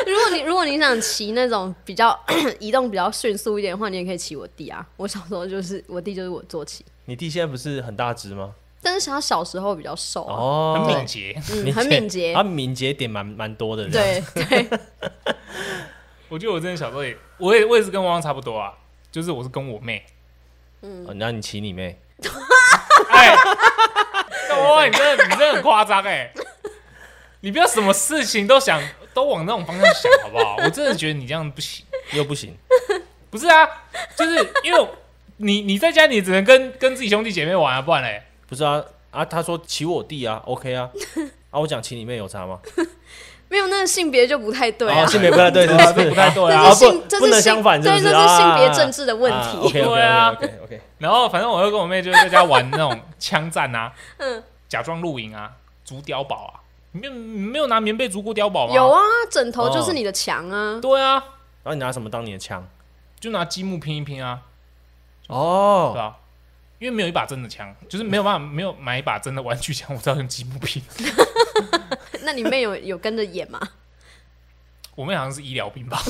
Speaker 2: 如果你如果你想骑那种比较 移动比较迅速一点的话，你也可以骑我弟啊。我小时候就是我弟就是我坐骑，
Speaker 3: 你弟现在不是很大只吗？
Speaker 2: 但是他小时候比较瘦啊，
Speaker 1: 很
Speaker 3: 哦
Speaker 1: 敏，捷。
Speaker 2: 嗯，很敏捷
Speaker 3: 他，啊敏捷点蛮蛮多的。，
Speaker 2: 对对，
Speaker 1: 我觉得我真的小时候也，我也我也是跟汪汪差不多啊，就是我是跟我妹。
Speaker 3: 哦那你骑你妹。
Speaker 1: 哎，那汪汪，你真的你真的很夸张哎！你不要什么事情都想都往那种方向想好不好？我真的觉得你这样不行。
Speaker 3: 又不行，
Speaker 1: 不是啊，就是因为你你在家你只能跟 跟自己兄弟姐妹玩啊，不然嘞，
Speaker 3: 不是啊啊！他说骑我弟啊 ，OK 啊啊！我讲骑你妹有差吗？
Speaker 2: 没有那个性别就不太对啊
Speaker 3: 哦，性别不太对，
Speaker 1: 对
Speaker 3: 是
Speaker 1: 啊，
Speaker 3: 不
Speaker 1: 这
Speaker 3: 是
Speaker 1: 不太对啊
Speaker 2: 这
Speaker 3: 啊
Speaker 2: 是
Speaker 3: 不
Speaker 2: 性，这
Speaker 3: 不
Speaker 2: 是
Speaker 3: 能
Speaker 2: 性，
Speaker 3: 相反是不
Speaker 2: 对，
Speaker 3: 是啊
Speaker 2: 这是性别政治的问题。
Speaker 3: OK
Speaker 1: 对啊
Speaker 3: OK OK，
Speaker 1: 然后反正我就跟我妹就在家玩那种枪战 啊，
Speaker 2: 嗯
Speaker 1: 假装露营啊，竹碉堡啊，你没有你没有拿棉被竹过碉堡吗？
Speaker 2: 有，啊，枕
Speaker 3: 哦
Speaker 2: 头就是你的墙啊，
Speaker 1: 对啊，
Speaker 3: 然后你拿什么当你的枪？
Speaker 1: 就拿积木拼一拼啊，对
Speaker 3: 哦，
Speaker 1: 吧、因为没有一把真的枪，就是没有办法，没有买一把真的玩具枪，我知道用积木拼。
Speaker 2: 那你妹有有跟着演吗？
Speaker 1: 我妹好像是医疗兵吧？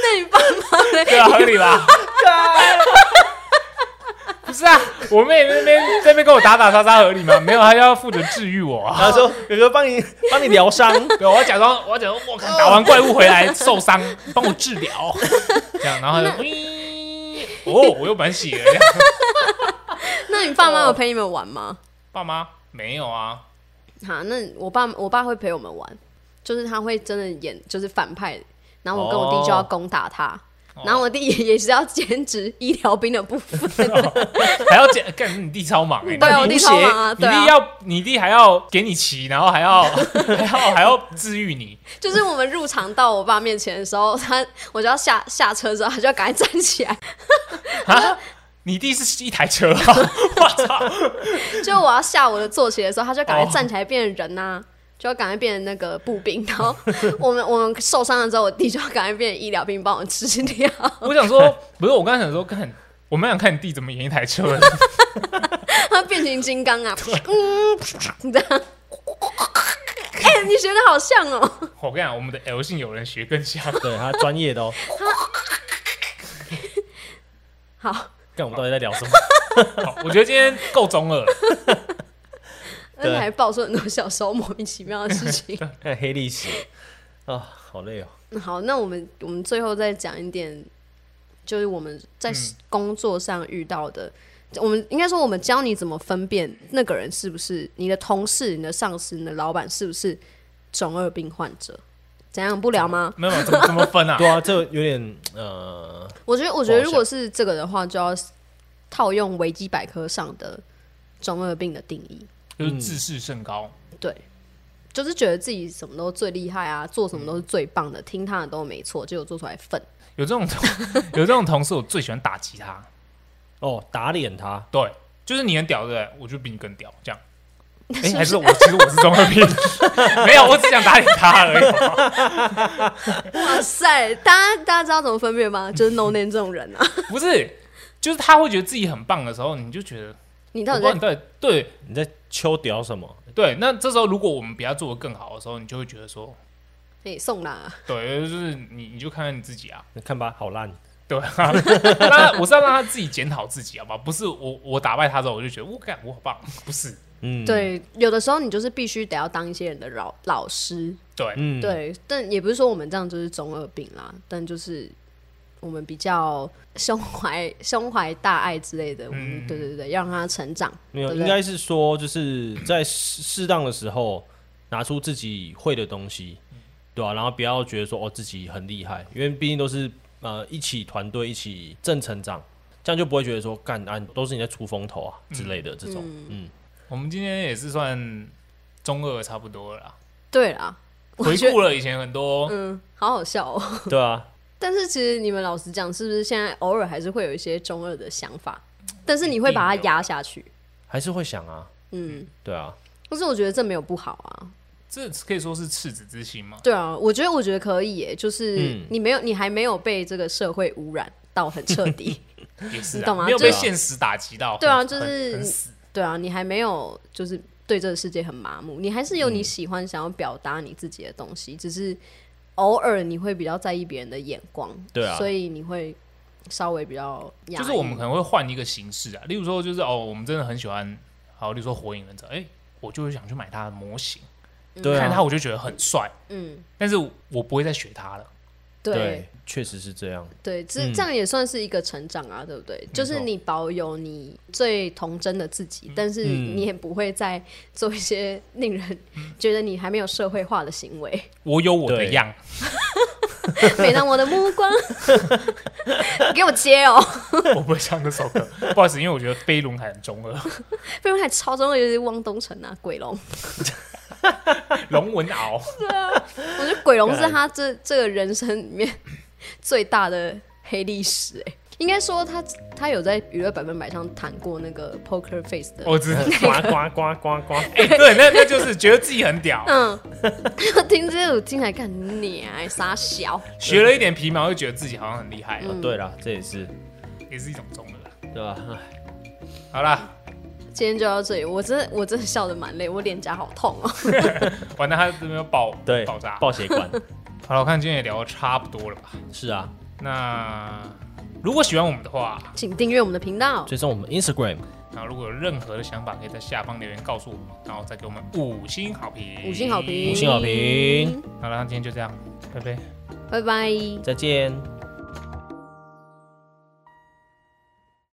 Speaker 2: 那你爸妈
Speaker 1: 对
Speaker 2: 嘞？
Speaker 1: 啊，合理吧？不是啊，我妹那边在那边跟我打打杀杀合理吗？没有，她要负责治愈我啊。
Speaker 3: 他说哥 哥帮你帮你疗伤，
Speaker 1: 对，我要假装，我要假装，我打完怪物回来受伤，帮我治疗，这样，然后他就，咦哦，我又满血了。这样
Speaker 2: 那你爸妈有陪你们玩吗？
Speaker 1: 爸妈没有啊，
Speaker 2: 哈，那我爸我爸会陪我们玩，就是他会真的演就是反派，然后我跟我弟就要攻打他，
Speaker 3: 哦
Speaker 2: 然后我弟也也是要兼职医疗兵的部分，
Speaker 1: 还要讲，干你弟超忙哎、
Speaker 2: 对啊，我
Speaker 1: 你
Speaker 2: 弟
Speaker 1: 弟
Speaker 2: 超忙啊，
Speaker 1: 你
Speaker 2: 对
Speaker 1: 弟
Speaker 2: 啊，
Speaker 1: 要，你弟还要给你骑，然后还 要还要还要治愈你，
Speaker 2: 就是我们入场到我爸面前的时候，他我就要下下车之后，他就要赶快站起来，
Speaker 1: 啊你弟是一台车啊！ 我操，
Speaker 2: 就我要下我的坐骑的时候，他就赶快哦站起来变成人呐、就要赶快变成那个步兵，然后我们我们受伤了之后，我弟就要赶快变成医疗兵帮我治疗。
Speaker 1: 我想说，不是我刚才想说，看我们想看你弟怎么演一台车，
Speaker 2: 他变形金刚 啊，嗯，这样。哎、你学的好像哦，
Speaker 1: 我跟你讲，我们的 L 姓有人学更像。
Speaker 3: 对他专业的哦。
Speaker 2: 好，
Speaker 3: 看我们到底 在聊什么？
Speaker 1: 好哦我觉得今天够中二了，
Speaker 2: 而且
Speaker 3: 对
Speaker 2: 还爆出很多小时候莫名其妙的事情。
Speaker 3: 看黑历史啊，好累哦。
Speaker 2: 嗯好，那我们我们最后再讲一点，就是我们在
Speaker 1: 嗯
Speaker 2: 工作上遇到的，我们应该说我们教你怎么分辨那个人是不是你的同事、你的上司、你的老板是不是中二病患者。怎样不聊吗？
Speaker 1: 没有没有怎么怎么分啊？
Speaker 3: 对啊，这有点呃，
Speaker 2: 我觉得，我觉得
Speaker 3: 不好
Speaker 2: 如果是这个的话，就要套用维基百科上的中二病的定义。
Speaker 1: 就是自视甚高。
Speaker 2: 对，就是觉得自己什么都最厉害啊，做什么都是最棒的，听他的都没错，结果做出来愤。
Speaker 1: 有这种同有这种同事，我最喜欢打击他。
Speaker 3: 哦，打脸他。
Speaker 1: 对，就是你很屌，对不对？我就比你更屌，这样。哎、还是我其实我是中二病， 没有，我只想打脸他而已。
Speaker 2: 哇塞，大家大家知道怎么分辨吗？就是 no name 这种 人啊，
Speaker 1: 不是，就是他会觉得自己很棒的时候，你就觉得
Speaker 2: 你
Speaker 1: 我
Speaker 2: 到
Speaker 1: 不知
Speaker 2: 底
Speaker 1: 道
Speaker 2: 在
Speaker 1: 你到底对
Speaker 3: 你在秋屌什么？
Speaker 1: 对。那这时候如果我们比他做的更好的时候，你就会觉得说，
Speaker 2: 哎送啦、啊？
Speaker 1: 对，就是你你就看看你自己啊。
Speaker 3: 你看吧，好烂。
Speaker 1: 对啊，那我是要让他自己检讨自己，好吧？不是我我打败他之后，我就觉得我干我好棒，不是
Speaker 3: 嗯，，
Speaker 2: 对，有的时候你就是必须得要当一些人的老老师，
Speaker 1: 对，
Speaker 3: 嗯，
Speaker 2: 对，但也不是说我们这样就是中二病啦，但就是我们比较胸怀 胸怀大爱之类的，我们
Speaker 1: 嗯
Speaker 2: 对对对，要让他成长，
Speaker 3: 没有，
Speaker 2: 对不
Speaker 3: 应
Speaker 2: 对
Speaker 3: 该是说就是在适适当的时候拿出自己会的东西，
Speaker 2: 嗯
Speaker 3: 对吧、然后不要觉得说哦自己很厉害，因为毕竟都是呃一起团队一起正成长，这样就不会觉得说干啊都是你在出风头啊之类的这种。嗯，
Speaker 1: 我们今天也是算中二差不多了啦，
Speaker 2: 对啦， 我
Speaker 1: 回
Speaker 2: 觉
Speaker 1: 顾
Speaker 2: 得
Speaker 1: 了以前很多，
Speaker 2: 嗯，好好笑哦、
Speaker 3: 对啊，
Speaker 2: 但是其实你们老实讲，是不是现在偶尔还是会有一些中二的想法，但是你会把
Speaker 1: 一
Speaker 2: 它
Speaker 1: 定有
Speaker 2: 压下去，
Speaker 3: 还是会想啊，
Speaker 2: 嗯，
Speaker 3: 对啊，
Speaker 2: 可是我觉得这没有不好啊，
Speaker 1: 这可以说是赤子之心嘛。
Speaker 2: 对啊，我觉得我觉得可以耶，就是
Speaker 3: 嗯
Speaker 2: 你没有，你还没有被这个社会污染到很彻 底，
Speaker 1: 也是、
Speaker 2: 你
Speaker 1: 啊，
Speaker 2: 懂吗
Speaker 1: 没有被
Speaker 2: 就是
Speaker 1: 现实打击到。
Speaker 2: 对啊
Speaker 1: 很
Speaker 2: 就是
Speaker 1: 很很死
Speaker 2: 对啊，你还没有就是对这个世界很麻木，你还是有
Speaker 3: 嗯
Speaker 2: 你喜欢想要表达你自己的东西，只是偶尔你会比较在意别人的眼光，
Speaker 3: 对啊
Speaker 2: 所以你会稍微比较压抑，
Speaker 1: 就是我们可能会换一个形式啊，例如说就是哦，我们真的很喜欢，好，例如说火影忍者，哎、我就会想去买它的模型，
Speaker 3: 对
Speaker 1: 看它
Speaker 3: 啊，
Speaker 1: 我就觉得很帅，
Speaker 2: 嗯，
Speaker 1: 但是我不会再学它了。
Speaker 2: 对，
Speaker 3: 确实是这 样。
Speaker 2: 对，这
Speaker 3: 嗯
Speaker 2: 这样也算是一个成长啊，对不对？就是你保有你最童真的自己，但是
Speaker 3: 嗯
Speaker 2: 你也不会再做一些令人觉得你还没有社会化的行为。
Speaker 1: 我有我的
Speaker 3: 对
Speaker 1: 样，
Speaker 2: 每当我的目 光，你给我接哦！
Speaker 1: 我不会唱这首 歌，不好意思，因为我觉得飞轮海很中二，
Speaker 2: 被我还超中的就是汪东城啊，鬼龙。
Speaker 1: 龙纹 鳌，
Speaker 2: 我觉得鬼龙是他这这个人生里面最大的黑历史、欸。应该说他他有在娱乐百分百上谈过那个 Poker Face 的，
Speaker 1: 我知道。
Speaker 3: 呱呱呱呱呱！
Speaker 1: 哎、对，那那就是觉得自己很屌，
Speaker 2: 嗯，我听这首听起来看你啊，傻小。
Speaker 1: 学了一点皮毛，就觉得自己好像很厉害，
Speaker 2: 嗯
Speaker 3: 对啦，这也是
Speaker 1: 也是一种中二。啊
Speaker 3: 对吧、唉
Speaker 1: 好啦，
Speaker 2: 今天就到这里，我真的我真的笑得蛮累，我脸颊好痛哦。
Speaker 1: 完了，他这边要爆
Speaker 3: 对，
Speaker 1: 爆炸。
Speaker 3: 爆血管
Speaker 1: 好了，我看今天也聊得差不多了吧？
Speaker 3: 是啊，
Speaker 1: 那如果喜欢我们的话，
Speaker 2: 请订阅我们的频道，
Speaker 3: 追踪我们 Instagram，
Speaker 1: 然后如果有任何的想法，可以在下方留言告诉我们，然后再给我们五星好评。
Speaker 2: 五星好评，
Speaker 3: 五星好评，
Speaker 1: 好了，那今天就这样，拜拜。
Speaker 2: 拜拜。
Speaker 3: 再见。